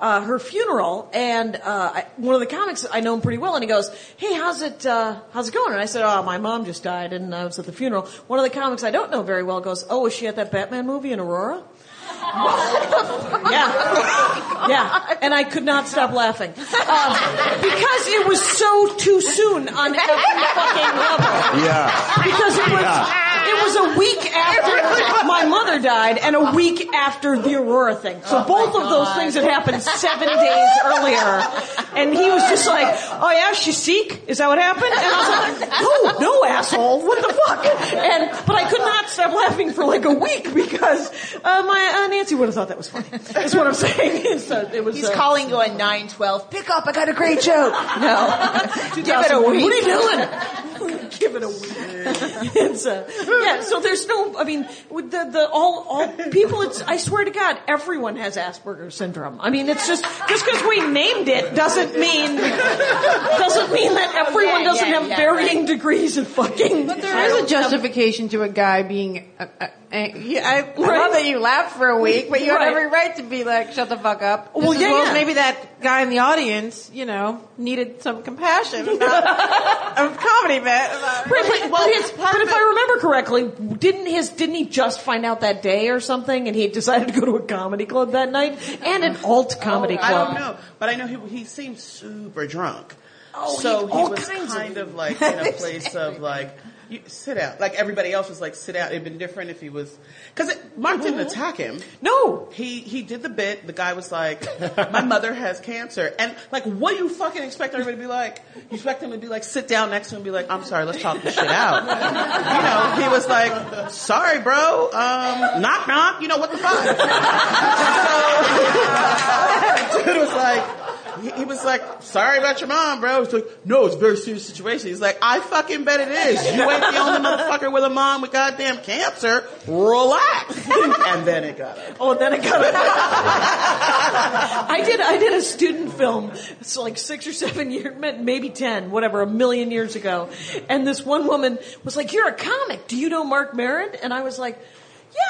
uh, her funeral, and uh, I, one of the comics I know him pretty well, and he goes, "Hey, how's it? Uh, how's it going?" And I said, "Oh, my mom just died, and I was at the funeral." One of the comics I don't know very well goes, "Oh, was she at that Batman movie in Aurora?" yeah, yeah, and I could not stop laughing uh, because it was so too soon on every fucking level
Yeah.
because it was
Yeah.
it was a week after my mother died and a week after the Aurora thing. So both of those things had happened seven days earlier, and he was just like, "Oh yeah, she's Sikh. Is that what happened?" And I was like, "No, no, asshole. What the fuck?" And but I could not stop laughing for like a week because uh, my uh, Nancy would have thought that was funny. That's what I'm saying. so it was.
He's
uh,
calling you on nine twelve. Pick up! I got a great joke. No, give it a
What are
week.
you doing? Give it a week. It's, uh, yeah. So there's no. I mean, with the the all all people. It's. I swear to God, everyone has Asperger's syndrome. I mean, it's just just because we named it doesn't mean doesn't mean that everyone
yeah,
doesn't
yeah,
have
yeah,
varying degrees of fucking.
But there is a justification to a guy being. Uh, uh, uh, yeah, I love that you laughed for a week, but you
Right.
had every right to be like, "Shut the fuck up." This
Well,
is-
yeah, yeah.
maybe that guy in the audience, you know, needed some compassion about a comedy bit. About,
Right, but, but his- but if I remember correctly, didn't his didn't he just find out that day or something, and he had decided to go to a comedy club that night and an alt comedy
I
club?
don't know, but I know he he seemed super drunk. Oh, so
he-
he,
all
was
kinds of-
kind of, like in a place of like. You, sit down. Like everybody else was like, sit down. It'd been different if he was, because Mark didn't
Mm-hmm.
attack him.
No,
He he did the bit. The guy was like, "My mother has cancer," and like, what do you fucking expect everybody to be like? You expect them to be like, sit down next to him and be like, "I'm sorry, let's talk this shit out." you know, he was like, "Sorry, bro. Um, knock knock. You know what the fuck." so, dude was like, he, he was like, "Sorry about your mom, bro." He's like, "No, it's a very serious situation." He's like, "I fucking bet it is. You ain't the only motherfucker with a mom with goddamn cancer. Relax." and then it got up.
Oh, and then I got it. I did. I did a student film. It's like six or seven years, maybe ten, whatever, a million years ago. And this one woman was like, "You're a comic. Do you know Mark Maron?" And I was like.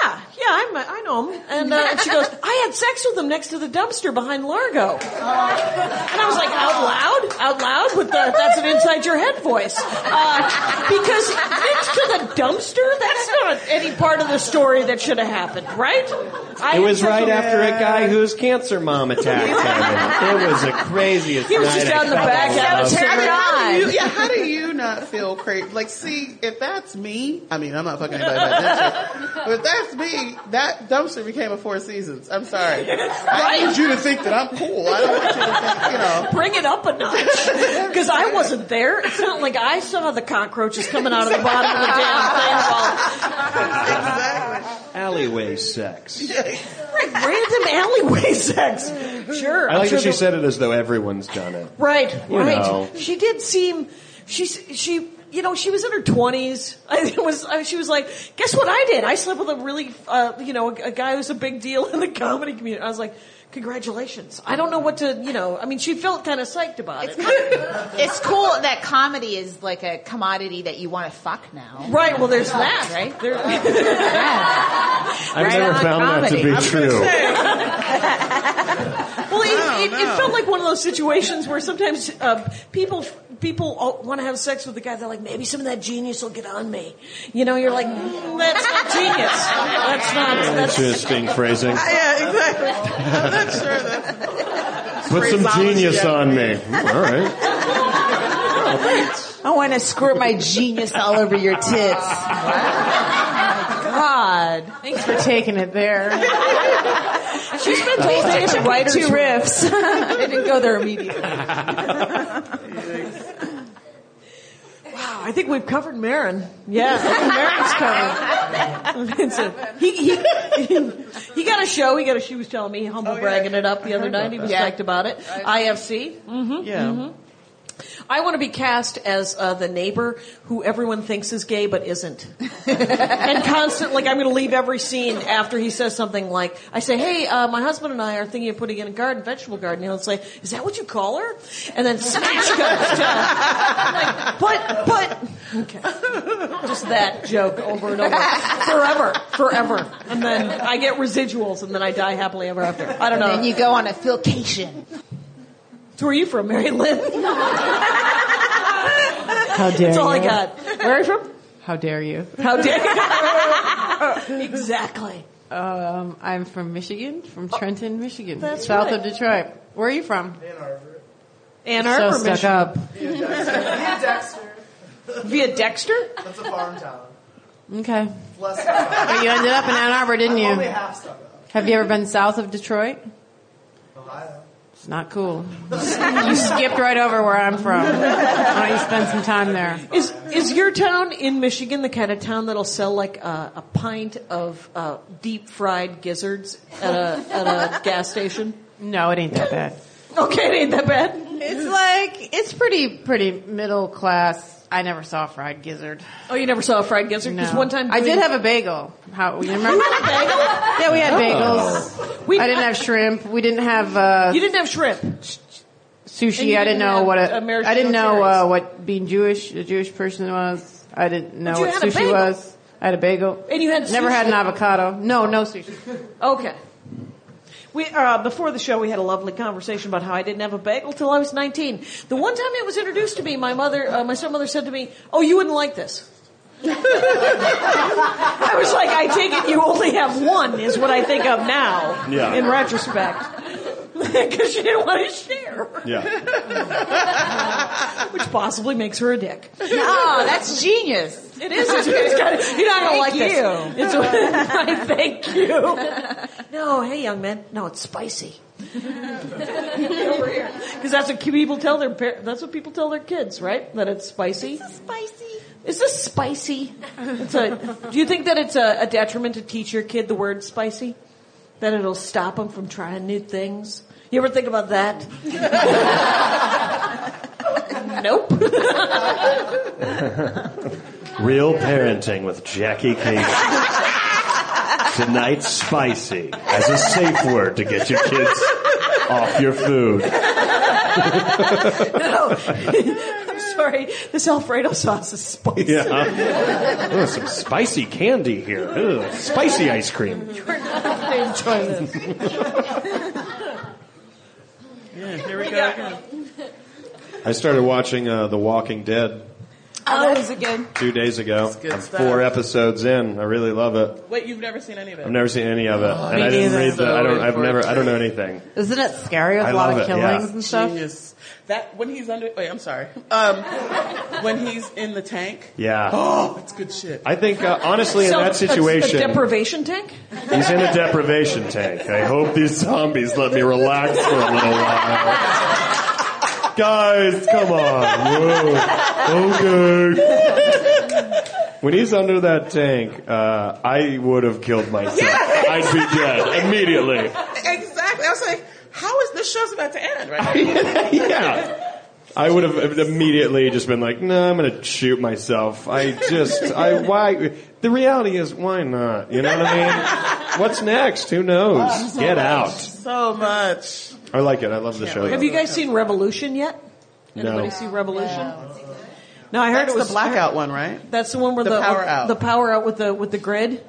Yeah, yeah, I'm, I know him. And, uh, and she goes, I had sex with him next to the dumpster behind Largo. And I was like, out loud, out loud, with the that's an inside your head voice, uh, because next to the dumpster, that's not any part of the story that should have happened, right? I
It was
had
right
such a-
after a guy whose cancer mom attacked him. It was the craziest
He was
night
just
I
out in the
fell
back
in
having
love.
sex.
Turn it
How do
on.
you, yeah, how do you not feel crazy? Like, see, if that's me, I mean, I'm not fucking anybody about that shit. But if that's me, that dumpster became a Four Seasons. I'm sorry. I need you to think that I'm cool. I don't want you to think, you know.
Bring it up a notch, because I wasn't there. It's not like I saw the cockroaches coming out of the bottom of the damn thing.
Exactly.
Alleyway sex.
While random alleyway sex. Sure,
I
I'm
like
sure
that she
the-
said it as though everyone's done it.
Right,
You
right.
know.
She did seem she she you know she was in her twenties. I was I, she was like, guess what I did? I slept with a really uh, you know a, a guy who's a big deal in the comedy community. I was like, congratulations. I don't know what to you know. I mean, she felt kind of psyched about it.
It's cool that comedy is like a commodity that you want to fuck now.
Right. Well, there's that.
Right?
There,
I've
Right
never
on
found that to
comedy. Oh
be true.
well, it, it, it felt like one of those situations where sometimes uh, people people want to have sex with the guy. They're like, maybe some of that genius will get on me. You know, you're like, mm, that's not genius. That's not. That's
Interesting phrasing.
Yeah, exactly. I'm not sure that's.
Put some
phraseology
genius
I-
on me. Mm, All right.
I want to squirt my genius all over your tits.
God.
Thanks for taking it there.
She spent all day at the writer's
Two
room.
riffs. I didn't go there immediately.
Wow, I think we've covered Marin. Yeah, I think Marin's covered. It's a- he, he, he got a show. He got a. She was telling me, humble
Oh,
yeah.
bragging it up the other night. He was
Yeah.
psyched about it. IFC. Mm-hmm.
Yeah.
I want to be cast as uh, the neighbor who everyone thinks is gay but isn't. and constant, like, I'm going to leave every scene after he says something like, I say, hey, uh, my husband and I are thinking of putting in a garden, vegetable garden. And he'll say, is that what you call her? And then smash goes down. I'm like, but, but, okay. Just that joke over and over. Forever, forever. And then I get residuals and then I die happily ever after. I don't know.
And you go on a filcation.
Where are you from, Mary Lynn?
How dare
That's
you?
all I got. Where are you from?
How dare you?
How dare you? exactly.
Um, I'm from Michigan, from Trenton, Michigan,
That's
south
right.
of Detroit. Where are you from?
Ann Arbor,
so stuck
Michigan.
up.
Via Dexter?
That's a farm town.
Okay,
Plus,
but you ended up in Ann Arbor, didn't you?
only half stuck up.
Have you ever been south of Detroit?
Ohio.
It's not cool. you skipped right over where I'm from. Why don't you spend some time there?
Is is your town in Michigan the kind of town that'll sell like a, a pint of uh, deep fried gizzards at a at a gas station?
No, it ain't that bad.
Okay, it ain't that bad.
It's like it's pretty pretty middle class. I never saw a fried gizzard.
Oh, you never saw a fried gizzard?
No.
Because one time
I did
Julie-
have a bagel. How you remember? yeah, we had bagels.
We-
I didn't have shrimp. We didn't have uh,
You didn't have shrimp. And
sushi.
you
I didn't
didn't
know
have
what a,
American
I didn't know uh,
cherries.
what being Jewish a Jewish person was. I didn't know
But you
what
had a
sushi
bagel.
was. I had a bagel.
And you had
never had
sushi.
an avocado. No, no sushi.
Okay. We, uh, before the show, we had a lovely conversation about how I didn't have a bagel till I was 19. The one time it was introduced to me, my mother, uh, my stepmother said to me, "Oh, you wouldn't like this." I was like, "I take it you only have one," is what I think of now,
Yeah.
in retrospect, because she didn't want to share,
Yeah.
which possibly makes her a dick.
Oh, that's genius.
It is. It's, it's kind of, you're not gonna like
Thank
this. It's, I thank you. No, hey, young man. No, it's spicy. Over here, because that's what people tell their par- that's what people tell their kids, right? That it's spicy.
Spicy.
Is this spicy? It's a, do you think that it's a, a detriment to teach your kid the word spicy? That it'll stop them from trying new things? You ever think about that? nope.
Real parenting with Jackie Casey. Tonight, spicy as a safe word to get your kids off your food.
No. I'm sorry. This Alfredo sauce is spicy.
Yeah. Oh, some spicy candy here. Ugh, spicy ice cream.
Yeah, here we go again.
I started watching uh, The Walking Dead
Oh, that was a good.
two days ago.
good
I'm
stuff.
four episodes in. I really love it.
Wait, you've never seen any of it?
I've never seen any of it,
Oh,
and I didn't
neither.
read the. I don't.
So
I've
important.
never. I don't know anything.
Isn't it scary with
I
a lot
love
of
it,
killings
yeah.
and stuff?
Genius. That when he's under. Wait, I'm sorry. Um, when he's in the tank.
Yeah.
Oh, it's good shit.
I think uh, honestly, in
So,
that
a-
situation,
A deprivation tank?
he's in a deprivation tank. I hope these zombies let me relax for a little while. Guys, come on. Whoa. Okay. When he's under that tank, uh, I would have killed myself. I'd be dead immediately.
Exactly. I was like, how is this show's about to end right now?
yeah. I would have immediately just been like, "No, I'm going to shoot myself." I just, I why? The reality is, why not? You know what I mean? What's next? Who knows? Get out.
so much.
I like it. I love the show.
Have you guys seen Revolution yet?
no.
Anybody see Revolution? No, I heard
That's
it was
the blackout one, right?
That's the one where
The
the,
power out.
the power out with the with the grid.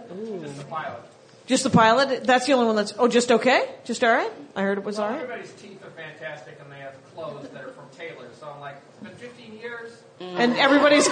Just the pilot. That's the only one that's oh, just okay, just all right. I heard it was all right.
Everybody's teeth are fantastic, and they have clothes that are from Taylor. So I'm like, it's been 15 years.
Mm. And everybody's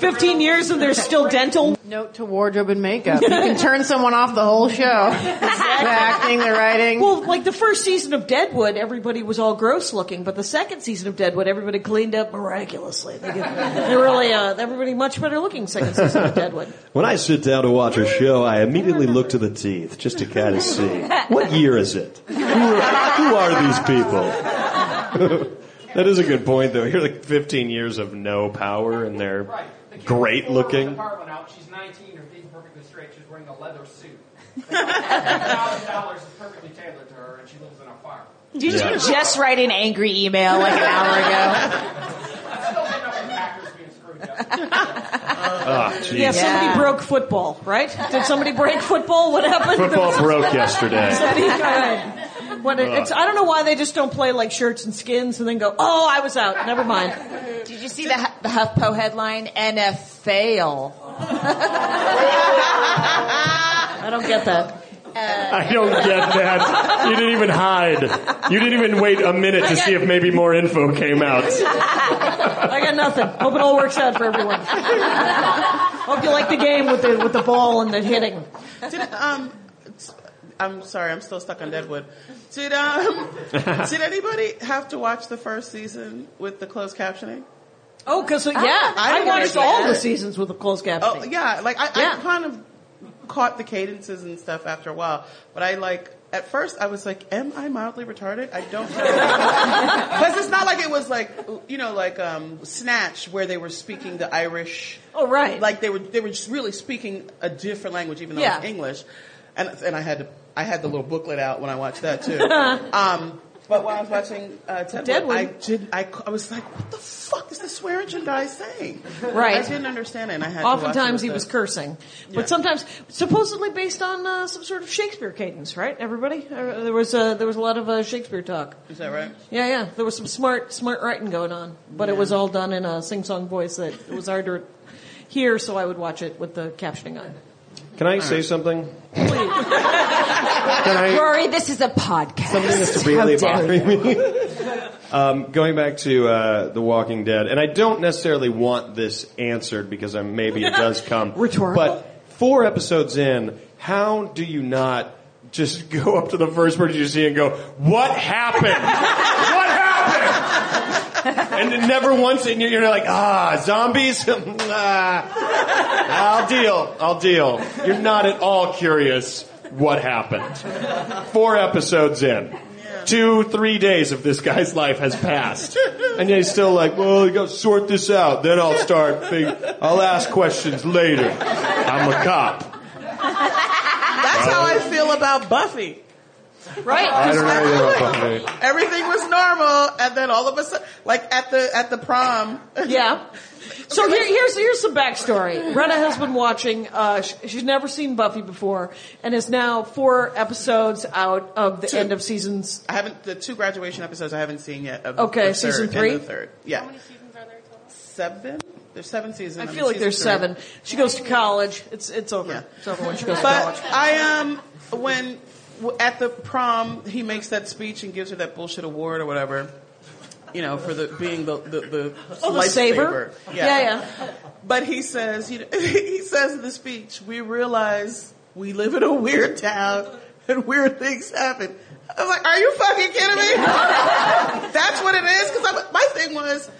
fifteen years and they're still dental.
Note to wardrobe and makeup. You can turn someone off the whole show. The acting, the writing.
Well, like the first season of Deadwood, everybody was all gross looking, but the second season of Deadwood, everybody cleaned up miraculously. They, get, they really, uh, everybody much better looking second season of Deadwood.
When I sit down to watch a show, I immediately look to the teeth just to kind of see what year is it. Who are, who are these people? that is a good point, though. You're like 15 years of no power, and they're great looking.
Apartment out. She's 19 or being perfectly straight. She's wearing a leather suit. Thousand dollars is perfectly tailored to her, and she lives in a farm.
Did
Yeah.
you just write an angry email like an hour ago?
Ah, jeez.
Yeah, somebody broke football, right? Did somebody break football? What happened?
Football broke yesterday.
Somebody- God. What, it's, I don't know why they just don't play like shirts and skins and then go, oh, I was out. Never mind.
Did you see the, Hu- the HuffPo headline? NFL.
I don't get that.
I don't get that. You didn't even hide. You didn't even wait a minute to see if maybe more info came out.
I got nothing. Hope it all works out for everyone. Hope you like the game with the with the ball and the hitting.
Did, um, it's- I'm sorry, I'm still stuck on Deadwood. Did um, did anybody have to watch the first season with the closed captioning?
Oh, because yeah,
Ah, I
I,
didn't
watched
watch
all
that.
the seasons with the closed captioning.
Oh yeah, like I,
Yeah.
I kind of caught the cadences and stuff after a while, but I like at first I was like, am I mildly retarded? I don't know. Because it's not like it was like you know like um Snatch where they were speaking the Irish.
Oh right.
Like they were they were just really speaking a different language even though it
Yeah.
was English. And and I had to I had the little booklet out when I watched that too. um but while I was watching uh, Deadwood,
Deadwood.
I did. I, I was like, "What the fuck is this Swearingen guy saying?"
Right.
I didn't understand it. And I had. to watch it
Oftentimes
with
he
the-
was cursing, but sometimes supposedly based on uh, some sort of Shakespeare cadence, right? Everybody, Uh, there was uh, there was a lot of uh, Shakespeare talk.
Is that right?
Yeah, yeah, there was some smart smart writing going on, but it was all done in a sing song voice that it was hard to hear. So I would watch it with the captioning on.
Can I say something?
Rory, this is a podcast.
Something that's really
How dare
bothering me. um, going back to uh, The Walking Dead, and I don't necessarily want this answered because I'm, maybe it does come.
Rhetorical.
But four episodes in, how do you not just go up to the first person you see and go, What happened? what happened? and then never once, and you're, you're like, ah, zombies? Ah, I'll deal. I'll deal. You're not at all curious what happened. Four episodes in. Two, three days of this guy's life has passed. And he's still like, well, you gotta sort this out. Then I'll start, fig- I'll ask questions later. I'm a cop.
That's how I feel about Buffy.
Right?
I don't know anything about
Everything was normal, and then all of a sudden, like at the at the prom,
Yeah. So here, here's here's some backstory. Rena has been watching. Uh, sh- she's never seen Buffy before, and is now four episodes out of the
Two.
end of seasons.
I haven't the two graduation episodes I haven't seen yet. Of
Okay,
the
season
third
three?
And the third, yeah. How many seasons are there total? Seven. There's seven seasons.
I
I'm
feel
in
like there's
season three.
seven. She goes to college. It's it's over.
Yeah.
It's over when she goes to college.
But I um when w- at the prom he makes that speech and gives her that bullshit award or whatever, you know, for the being the the, the
Oh, the saver.
lifesaver.
Yeah, yeah.
But he says, you know, he says in the speech, we realize we live in a weird town and weird things happen. I'm like, are you fucking kidding me? That's what it is. Because my thing was,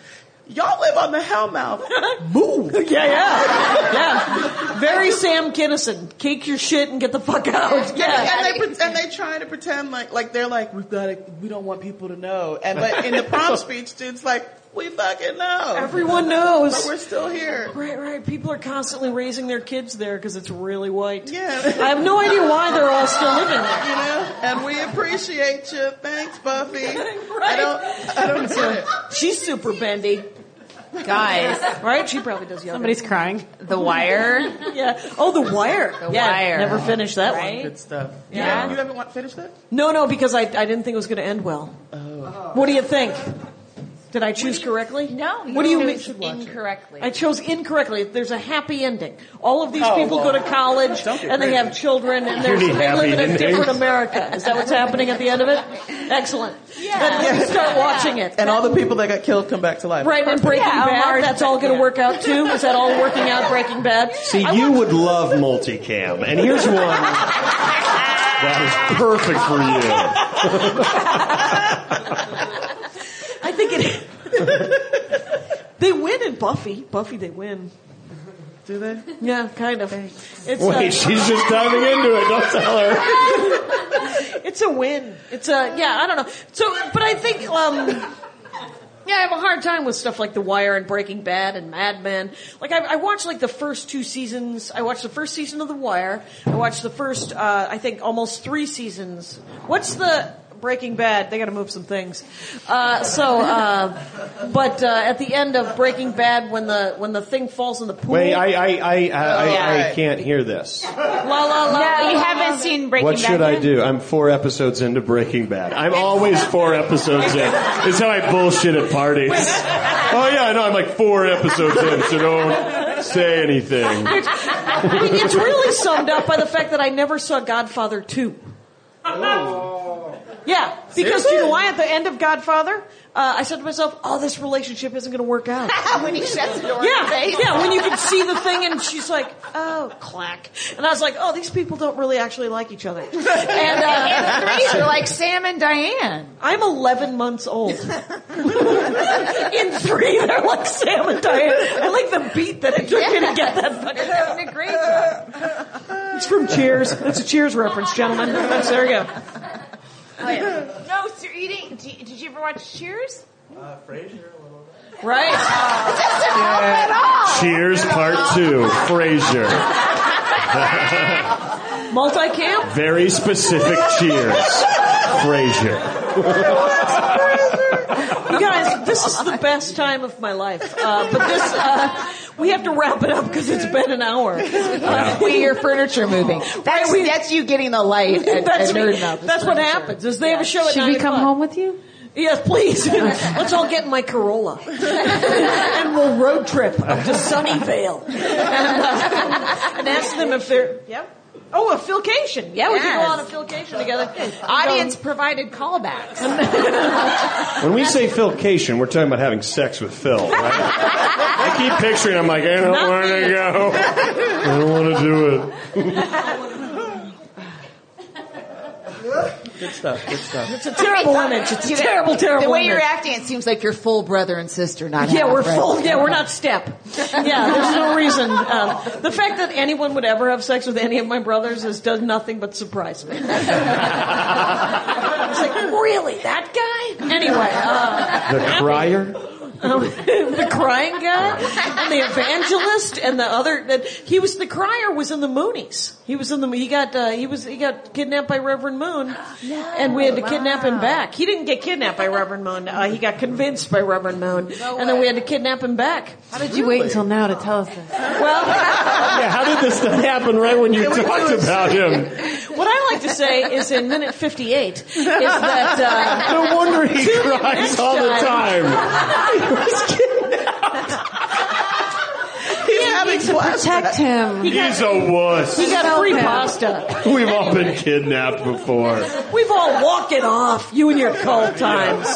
y'all live on the Hellmouth. Move.
Yeah, yeah, yeah. Very Sam Kinison. Kick your shit and get the fuck out.
And
Yeah,
they pre- and they try to pretend like like they're like we've got to we don't want people to know. And but in the prom speech, dude's like we fucking know,
everyone
but we're
knows.
still here.
Right, right. People are constantly raising their kids there because it's really white.
Yeah.
I have no idea why they're all still living there.
You know, and we appreciate you. Thanks, Buffy. I
Right.
don't, I don't get it.
She's super bendy,
Guys,
right? She probably does yoga.
Somebody's crying.
The Wire.
yeah. Oh, The Wire. The
Wire.
Never finished that one.
Good stuff.
Yeah.
You, you haven't wa- finished that?
No, no, because I, I didn't think it was going to end well. Oh. What do you think? Did I choose correctly? No.
you
What do you
chose
mean? should watch it.
incorrectly.
I chose incorrectly. There's a happy ending. All of these
Oh,
people go
well.
to college
Don't be
and they
crazy.
have children and
You
there's,
need
they live
happy
in a different
endings.
America. Is that what's happening at the end of it? Excellent. Yeah. Then you start watching it.
And all the people that got killed come back to life.
Right, and Breaking Bad, that's all going to work out too? Is that all working out, Breaking Bad?
See, you would love multicam, and here's one that is perfect for you.
I think it. they win in Buffy. Buffy, they win.
Do they?
Yeah, kind of. It's
Wait,
uh,
she's just diving into it. Don't tell her.
it's a win. It's a yeah. I don't know. So, but I think um, yeah, I have a hard time with stuff like The Wire and Breaking Bad and Mad Men. Like I, I watched like the first two seasons. I watched the first season of The Wire. I watched the first, uh, I think, almost three seasons. What's the Breaking Bad? They got to move some things. Uh, so, uh, but uh, at the end of Breaking Bad, when the when the thing falls in the pool,
Wait, I, I, I, I, I, I
Yeah.
can't hear this.
la la la.
No, you
la,
haven't
la.
seen Breaking
what should I do? I'm four episodes into Breaking Bad. I'm always four episodes in. It's how I bullshit at parties. Oh yeah, I know. I'm like four episodes in, so don't say anything.
I mean, it's really summed up by the fact that I never saw Godfather 2. Yeah, because do you know why? At the end of Godfather, uh, I said to myself, "Oh, this relationship isn't going to work out."
when he shuts the door in your
yeah,
face.
yeah. When you can see the thing, and she's like, "Oh, clack," and I was like, "Oh, these people don't really actually like each other." And
uh,
And three, they're like
Sam and Diane. I'm 11 months old. In three, they're like Sam and Diane. I like the beat that it took me to get that fucking.
You're having a great time.
It's from Cheers. That's a Cheers reference, gentlemen. That's- there we go.
Oh, yeah. No, so you're eating. Did you, did you ever watch Cheers?
Uh, Frasier.
Right?
doesn't help at all.
Cheers, part two, Frasier.
Multicam?
Very specific cheers, Frasier.
You guys, this is the best time of my life. Uh, but this, uh, we have to wrap it up because it's been an hour. Uh,
We hear furniture moving. That's, that's you getting the light at,
that's
at
me-
Nerd Mouth.
that's what happens. Is they have a show at
Should
9
we come
o'clock.
home with you?
Yes, please. Let's all get in my Corolla. and we'll road trip up to Sunnyvale. and, uh, and ask them if they're. Yep. Oh, a filcation. Yeah, we can go on a filcation together.
Audience provided callbacks.
When we say Philcation, we're talking about having sex with Phil, right? I keep picturing. I'm like, I don't want to go. I don't want to do it.
Good stuff. Good stuff.
It's a terrible image. It's a
You know,
terrible, terrible
The way
image.
you're acting, it seems like you're full brother and sister, not
Yeah,
half,
we're
right?
full. Yeah, we're not step. Yeah, there's no reason. Um, the fact that anyone would ever have sex with any of my brothers has done nothing but surprise me. it's like, really, that guy? Anyway, uh,
The crier.
um, the crying guy and the evangelist and the other. That he was the crier was in the Moonies. He was in the. He got uh, he was he got kidnapped by Reverend Moon, and we had to kidnap him back. He didn't get kidnapped by Reverend Moon. Uh, he got convinced by Reverend Moon, and then we had to kidnap him back.
How did you wait until now to tell us this?
Yeah, how did this thing happen right when you talked about him?
What I like to say is in minute 58 is that. Uh,
No wonder he
tune in
cries
next
all the time.
He's having flash-
Protect him.
He's a
He
wuss.
got free pasta.
We've all been kidnapped before.
We've all walked it off, you and your cult times.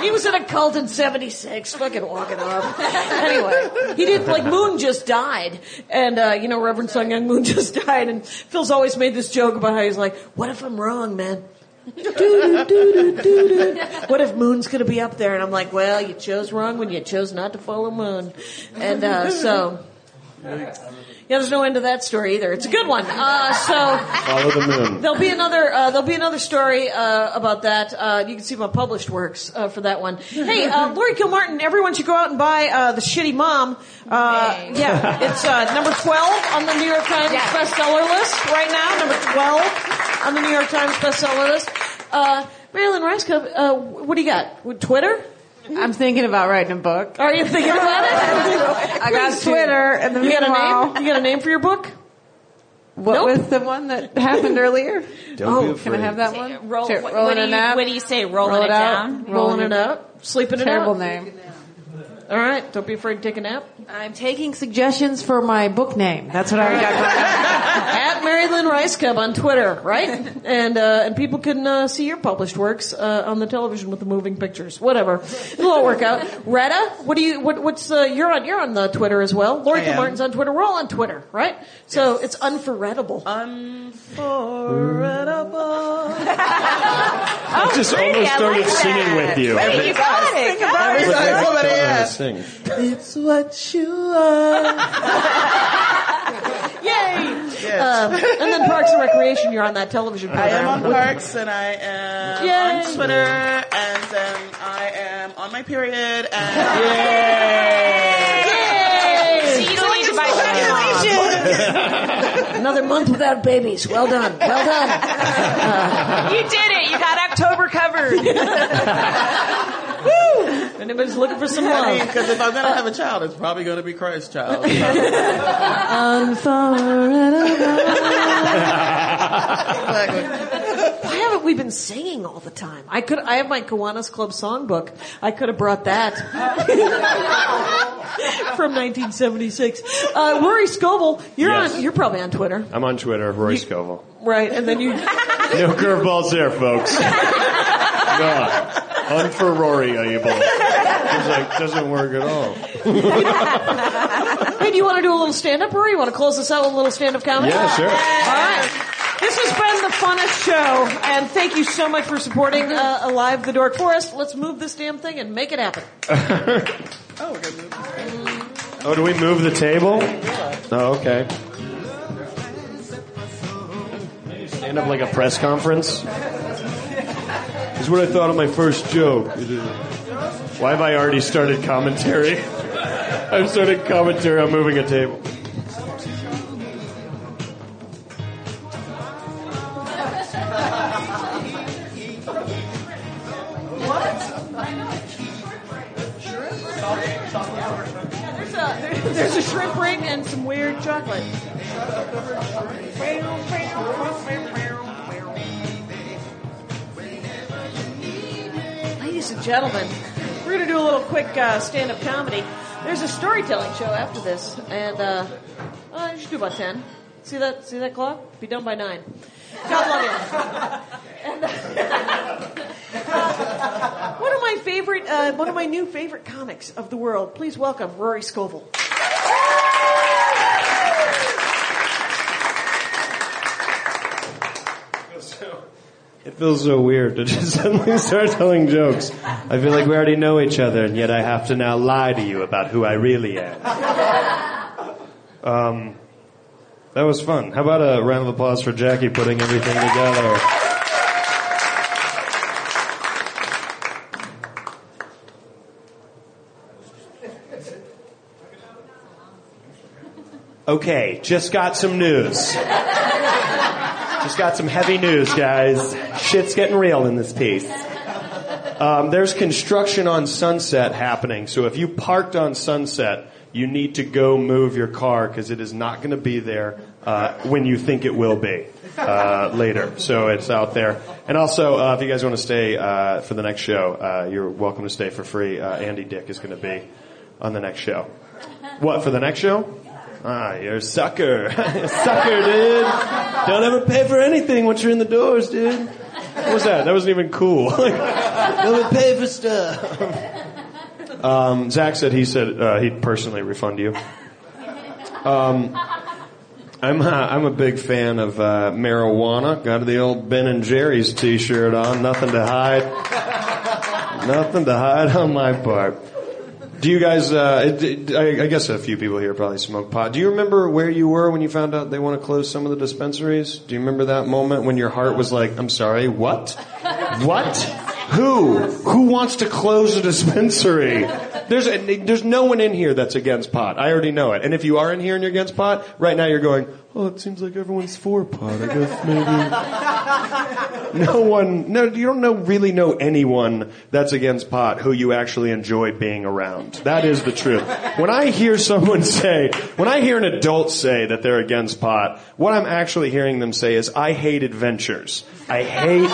he was in a cult in 76, fucking walking off. Anyway, he did, like, Moon just died. And, uh, you know, Reverend Sung Young Moon just died. And Phil's always made this joke about how he's like, what if I'm wrong, man? What if Moon's gonna be up there? And I'm like, well, you chose wrong when you chose not to follow Moon. And uh, so, yeah, there's no end to that story either. It's a good one. Uh, so
Follow the moon.
there'll be another uh, there'll be another story uh, about that. Uh, you can see my published works uh, for that one. Hey, uh, Lori Kilmartin, everyone should go out and buy uh, the Shitty Mom. Uh, yeah, it's uh, number 12 on the New York Times bestseller list right now. Number 12 on the New York Times bestseller list. Uh, Marilyn Rice Cup, uh, what do you got? Twitter?
I'm thinking about writing a book.
Are you thinking about it?
I got Twitter, and the
you got
meanwhile-
a name? You got a name for your book?
What was the one that happened earlier? Oh,
Don't be
Can I
afraid.
have that one?
Roll-
Sure,
what-
rolling
what do
it
you-
up.
what do you say, rolling
Roll
it down?
out,
Rolling
Rolling
it
it up.
Sleeping it
Terrible
out.
name.
All right. Don't be afraid to take a nap.
I'm taking suggestions for my book name. That's what I got.
at Mary Lynn Rice Cub on Twitter, right? And uh, and people can uh, see your published works uh, on the television with the moving pictures. Whatever, it'll all work out. Retta, what do you? What, what's uh, you're on? You're on the Twitter as well. Lori
I am.
Kilmartin's on Twitter. We're all on Twitter, right? So it's unforgettable.
Uh. Unforgettable.
I just almost started singing with you.
Wait, you got it. Got it.
Every time I
Somebody
thought I
asked.
was singing.
It's what you are.
Yay!
Yes.
Um, and then Parks and Recreation, you're on that television
I
program.
am on Parks and I am
Yay.
on Twitter and um, I am on my period and
So you don't need to buy something.
Another month without babies. Well done. Well done.
You did it. You got October covered.
Anybody's looking for some
I
love.
mean, because if I'm gonna have a child, it's probably gonna be Christ's child. So. Exactly.
Why haven't we been singing all the time? I could. I have my Kiwanis Club songbook. I could have brought that from 1976. Uh, Rory Scovel, you're
Yes.
on. You're probably on Twitter,
I'm on Twitter, Roy Scovel.
right? And then you.
No curveballs there, folks. no. On for Rory, are you both? It's like, doesn't work at all.
Hey, do you want to do a little stand-up, Rory? You want to close this out with a little stand-up comedy?
Yeah, sure.
All right. This has been the funnest show, and thank you so much for supporting uh, Alive the Dork Forest. Let's move this damn thing and make it happen.
Oh, we're gonna move.
Oh, do we move the table? Oh, okay. Stand up like a press conference. This is what I thought of my first joke. Why have I already started commentary? I've started commentary on moving a table.
There's a, there's a shrimp ring and some weird chocolate. Ladies and gentlemen, we're going to do a little quick uh, stand up comedy. There's a storytelling show after this, and uh, uh, you should do about 10. See that, see that clock? Be done by 9. God love you. One of my favorite, uh, one of my new favorite comics of the world. Please welcome Rory Scovel.
It feels so weird to just suddenly start telling jokes. I feel like we already know each other, and yet I have to now lie to you about who I really am. Um, that was fun. How about a round of applause for Jackie putting everything together? Okay, just got some news. Just got some heavy news, guys. Shit's getting real in this piece. Um, there's construction on Sunset happening, so if you parked on Sunset, you need to go move your car because it is not going to be there uh, when you think it will be uh, later. So it's out there. And also, uh, if you guys want to stay uh, for the next show, uh, you're welcome to stay for free. Uh, Andy Dick is going to be on the next show. What for the next show? Ah, you're a sucker, sucker, dude. Don't ever pay for anything once you're in the doors, dude. What was that? That wasn't even cool. Don't pay for stuff. Um, Zach said he said uh, he'd personally refund you. Um, I'm uh, I'm a big fan of uh, marijuana. Got the old Ben and Jerry's T-shirt on. Nothing to hide. Nothing to hide on my part. Do you guys? Uh, it- it- I, I guess a few people here probably smoke pot. Do you remember where you were when you found out they want to close some of the dispensaries? Do you remember that moment when your heart was like, "I'm sorry, what? What? Who? Who wants to close a dispensary? There's there's no one in here that's against pot. I already know it. And if you are in here and you're against pot, right now you're going, oh, it seems like everyone's for pot. I guess maybe no one. No, you don't know really know anyone that's against pot who you actually enjoy being around. That is the truth. When I hear someone say, when I hear an adult say that they're against pot, what I'm actually hearing them say is, I hate adventures. I hate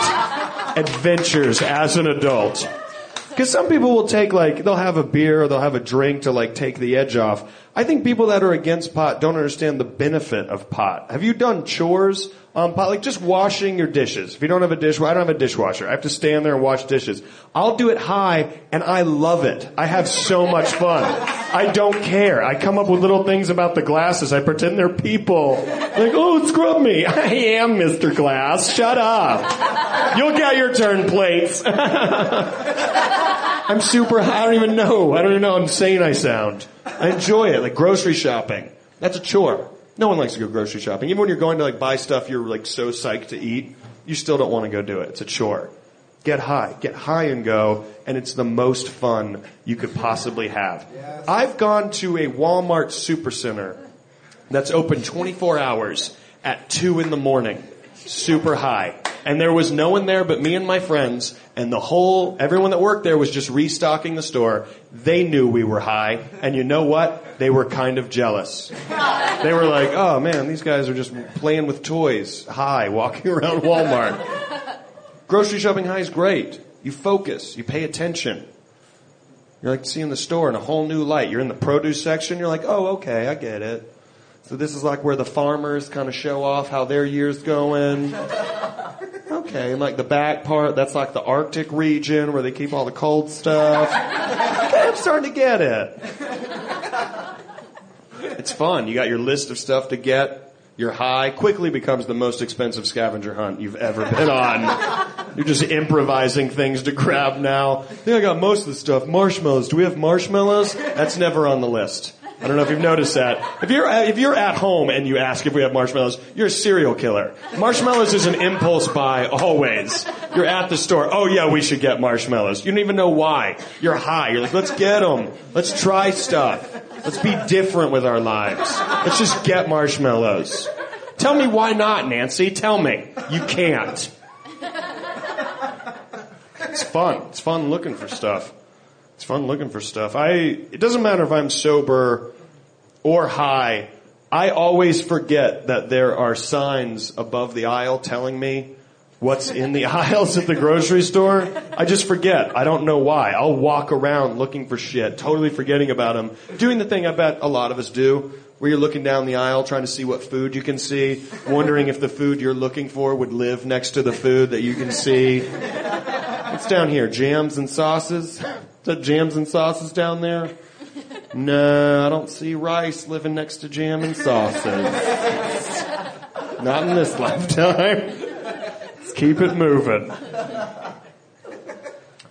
adventures as an adult. Because some people will take like they'll have a beer or they'll have a drink to like take the edge off. I think people that are against pot don't understand the benefit of pot. Have you done chores on pot? Like just washing your dishes. If you don't have a dishwasher, I don't have a dishwasher. I have to stand there and wash dishes. I'll do it high and I love it. I have so much fun. I don't care. I come up with little things about the glasses. I pretend they're people. Like, oh, scrub me. I am Mr. Glass. Shut up. You'll get your turn plates. I'm super. I don't even know. I don't even know how insane I sound. I enjoy it, like grocery shopping. That's a chore. No one likes to go grocery shopping. Even when you're going to like buy stuff, you're like so psyched to eat, you still don't want to go do it. It's a chore. Get high, get high and go, and it's the most fun you could possibly have. I've gone to a Walmart supercenter that's open 24 hours at two in the morning, super high. And there was no one there but me and my friends, and the whole everyone that worked there was just restocking the store. They knew we were high, and you know what? They were kind of jealous. They were like, "Oh man, these guys are just playing with toys, high, walking around Walmart." Grocery shopping high is great. You focus, you pay attention. You're like seeing the store in a whole new light. You're in the produce section. You're like, oh, okay, I get it. So this is like where the farmers kind of show off how their year's going. Okay, and like the back part, that's like the Arctic region where they keep all the cold stuff. Okay, I'm starting to get it. It's fun. You got your list of stuff to get. Your high quickly becomes the most expensive scavenger hunt you've ever been on. You're just improvising things to grab now. I think I got most of the stuff. Marshmallows. Do we have marshmallows? That's never on the list. I don't know if you've noticed that. If you're uh, if you're at home and you ask if we have marshmallows, you're a serial killer. Marshmallows is an impulse buy always. You're at the store. Oh yeah, we should get marshmallows. You don't even know why. You're high. You're like, let's get them. Let's try stuff. Let's be different with our lives. Let's just get marshmallows. Tell me why not, Nancy. Tell me. You can't. It's fun. It's fun looking for stuff. It's fun looking for stuff. I it doesn't matter if I'm sober or high. I always forget that there are signs above the aisle telling me what's in the aisles at the grocery store. I just forget. I don't know why. I'll walk around looking for shit, totally forgetting about them. Doing the thing I bet a lot of us do, where you're looking down the aisle trying to see what food you can see, wondering if the food you're looking for would live next to the food that you can see. It's down here. Jams and sauces. Is that jams and sauces down there? No, I don't see rice living next to jam and sauces. Not in this lifetime. Let's keep it moving.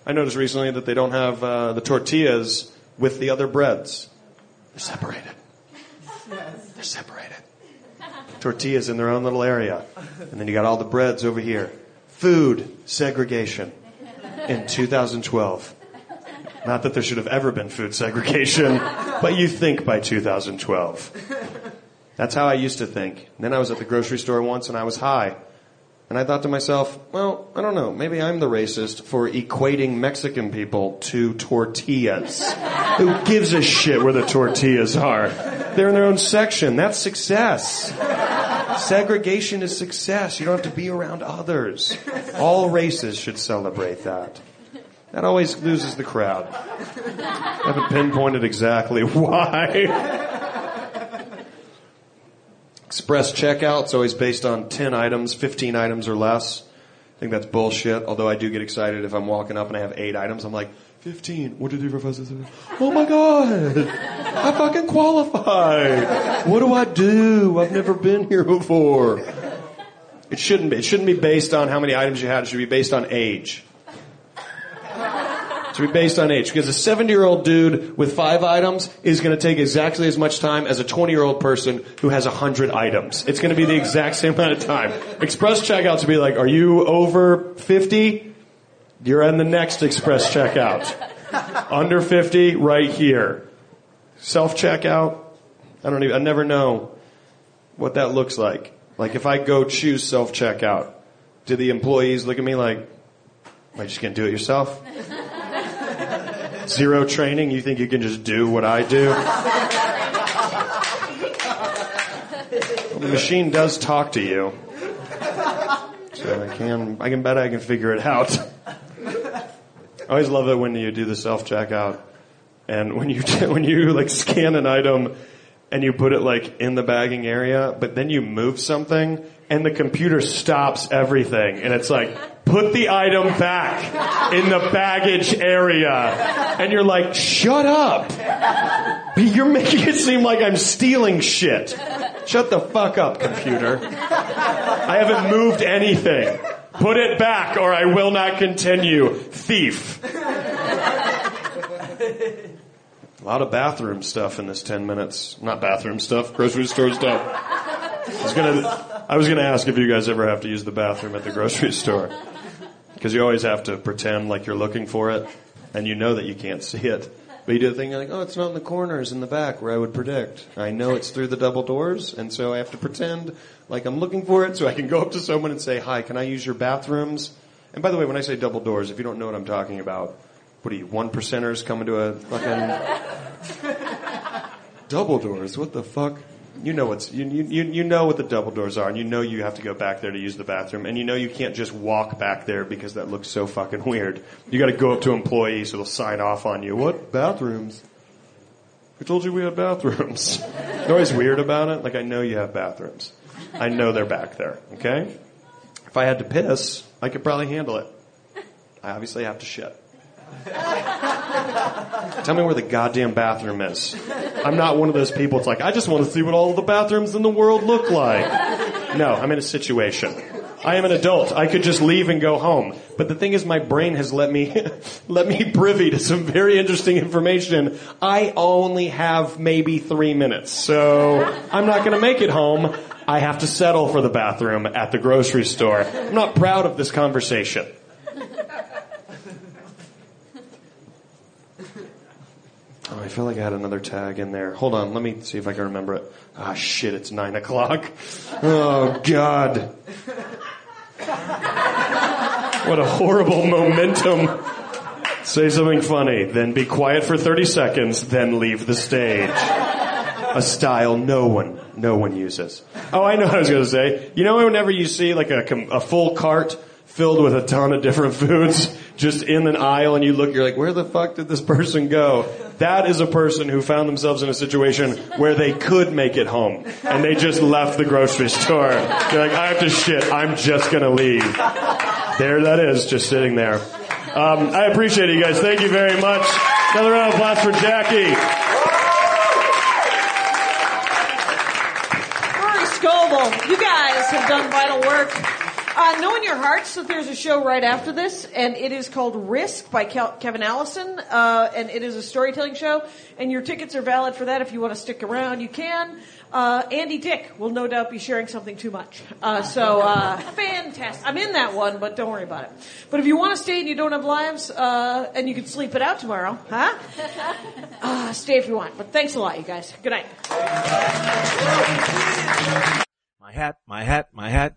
I noticed recently that they don't have uh, the tortillas with the other breads. They're separated. They're separated. Tortillas in their own little area. And then you got all the breads over here. Food segregation in 2012. Not that there should have ever been food segregation, but you think by 2012. That's how I used to think. And then I was at the grocery store once and I was high. And I thought to myself, well, I don't know, maybe I'm the racist for equating Mexican people to tortillas. Who gives a shit where the tortillas are? They're in their own section. That's success. Segregation is success. You don't have to be around others. All races should celebrate that. That always loses the crowd. I haven't pinpointed exactly why. Express checkout's always based on 10 items, 15 items or less. I think that's bullshit, although I do get excited if I'm walking up and I have 8 items. I'm like, 15, 1, 2, 3, 4, 5, 6, 7. Oh my god! I fucking qualified! What do I do? I've never been here before. It shouldn't be. It shouldn't be based on how many items you had. It should be based on age. It should be based on age. Because a 70 year old dude with five items is going to take exactly as much time as a 20 year old person who has 100 items. It's going to be the exact same amount of time. Express checkouts would be like, are you over 50? You're on the next express checkout. Under 50, right here. Self checkout. I don't even. I never know what that looks like. Like if I go choose self checkout, do the employees look at me like, "Am I just gonna do it yourself?" Zero training. You think you can just do what I do? The machine does talk to you, so I can. I can bet I can figure it out. I always love it when you do the self checkout, and when you when you like scan an item, and you put it like in the bagging area, but then you move something, and the computer stops everything, and it's like put the item back in the baggage area, and you're like, shut up. You're making it seem like I'm stealing shit. Shut the fuck up, computer. I haven't moved anything. Put it back or I will not continue. Thief. A lot of bathroom stuff in this 10 minutes. Not bathroom stuff, grocery store stuff. I was gonna, I was gonna ask if you guys ever have to use the bathroom at the grocery store. Because you always have to pretend like you're looking for it, and you know that you can't see it. But you do the thing like, oh, it's not in the corners in the back where I would predict. I know it's through the double doors, and so I have to pretend like I'm looking for it so I can go up to someone and say, hi, can I use your bathrooms? And by the way, when I say double doors, if you don't know what I'm talking about, what are you, one percenters coming to a fucking double doors? What the fuck? You know what's you, you you you know what the double doors are, and you know you have to go back there to use the bathroom, and you know you can't just walk back there because that looks so fucking weird. You got to go up to employees who will sign off on you. What bathrooms? I told you we had bathrooms. They're always weird about it. Like I know you have bathrooms. I know they're back there. Okay. If I had to piss, I could probably handle it. I obviously have to shit. Tell me where the goddamn bathroom is. I'm not one of those people. It's like I just want to see what all the bathrooms in the world look like. No, I'm in a situation. I am an adult. I could just leave and go home. But the thing is, my brain has let me let me privy to some very interesting information. I only have maybe three minutes, so I'm not going to make it home. I have to settle for the bathroom at the grocery store. I'm not proud of this conversation. Oh, I feel like I had another tag in there. Hold on, let me see if I can remember it. Ah, shit, it's nine o'clock. Oh, God. What a horrible momentum. Say something funny, then be quiet for 30 seconds, then leave the stage. A style no one, no one uses. Oh, I know what I was going to say. You know, whenever you see like a, com- a full cart filled with a ton of different foods just in an aisle and you look, you're like, where the fuck did this person go? That is a person who found themselves in a situation where they could make it home and they just left the grocery store. They're like, I have to shit. I'm just going to leave. There that is, just sitting there. Um, I appreciate it, you guys. Thank you very much. Another round of applause for Jackie.
Rory Scoble, you guys have done vital work. Uh, know in your hearts that there's a show right after this, and it is called Risk by Kel- Kevin Allison, uh, and it is a storytelling show, and your tickets are valid for that. If you want to stick around, you can. Uh, Andy Dick will no doubt be sharing something too much. Uh, so, uh, fantastic. I'm in that one, but don't worry about it. But if you want to stay and you don't have lives, uh, and you can sleep it out tomorrow, huh? Uh, stay if you want. But thanks a lot, you guys. Good night.
My hat, my hat, my hat.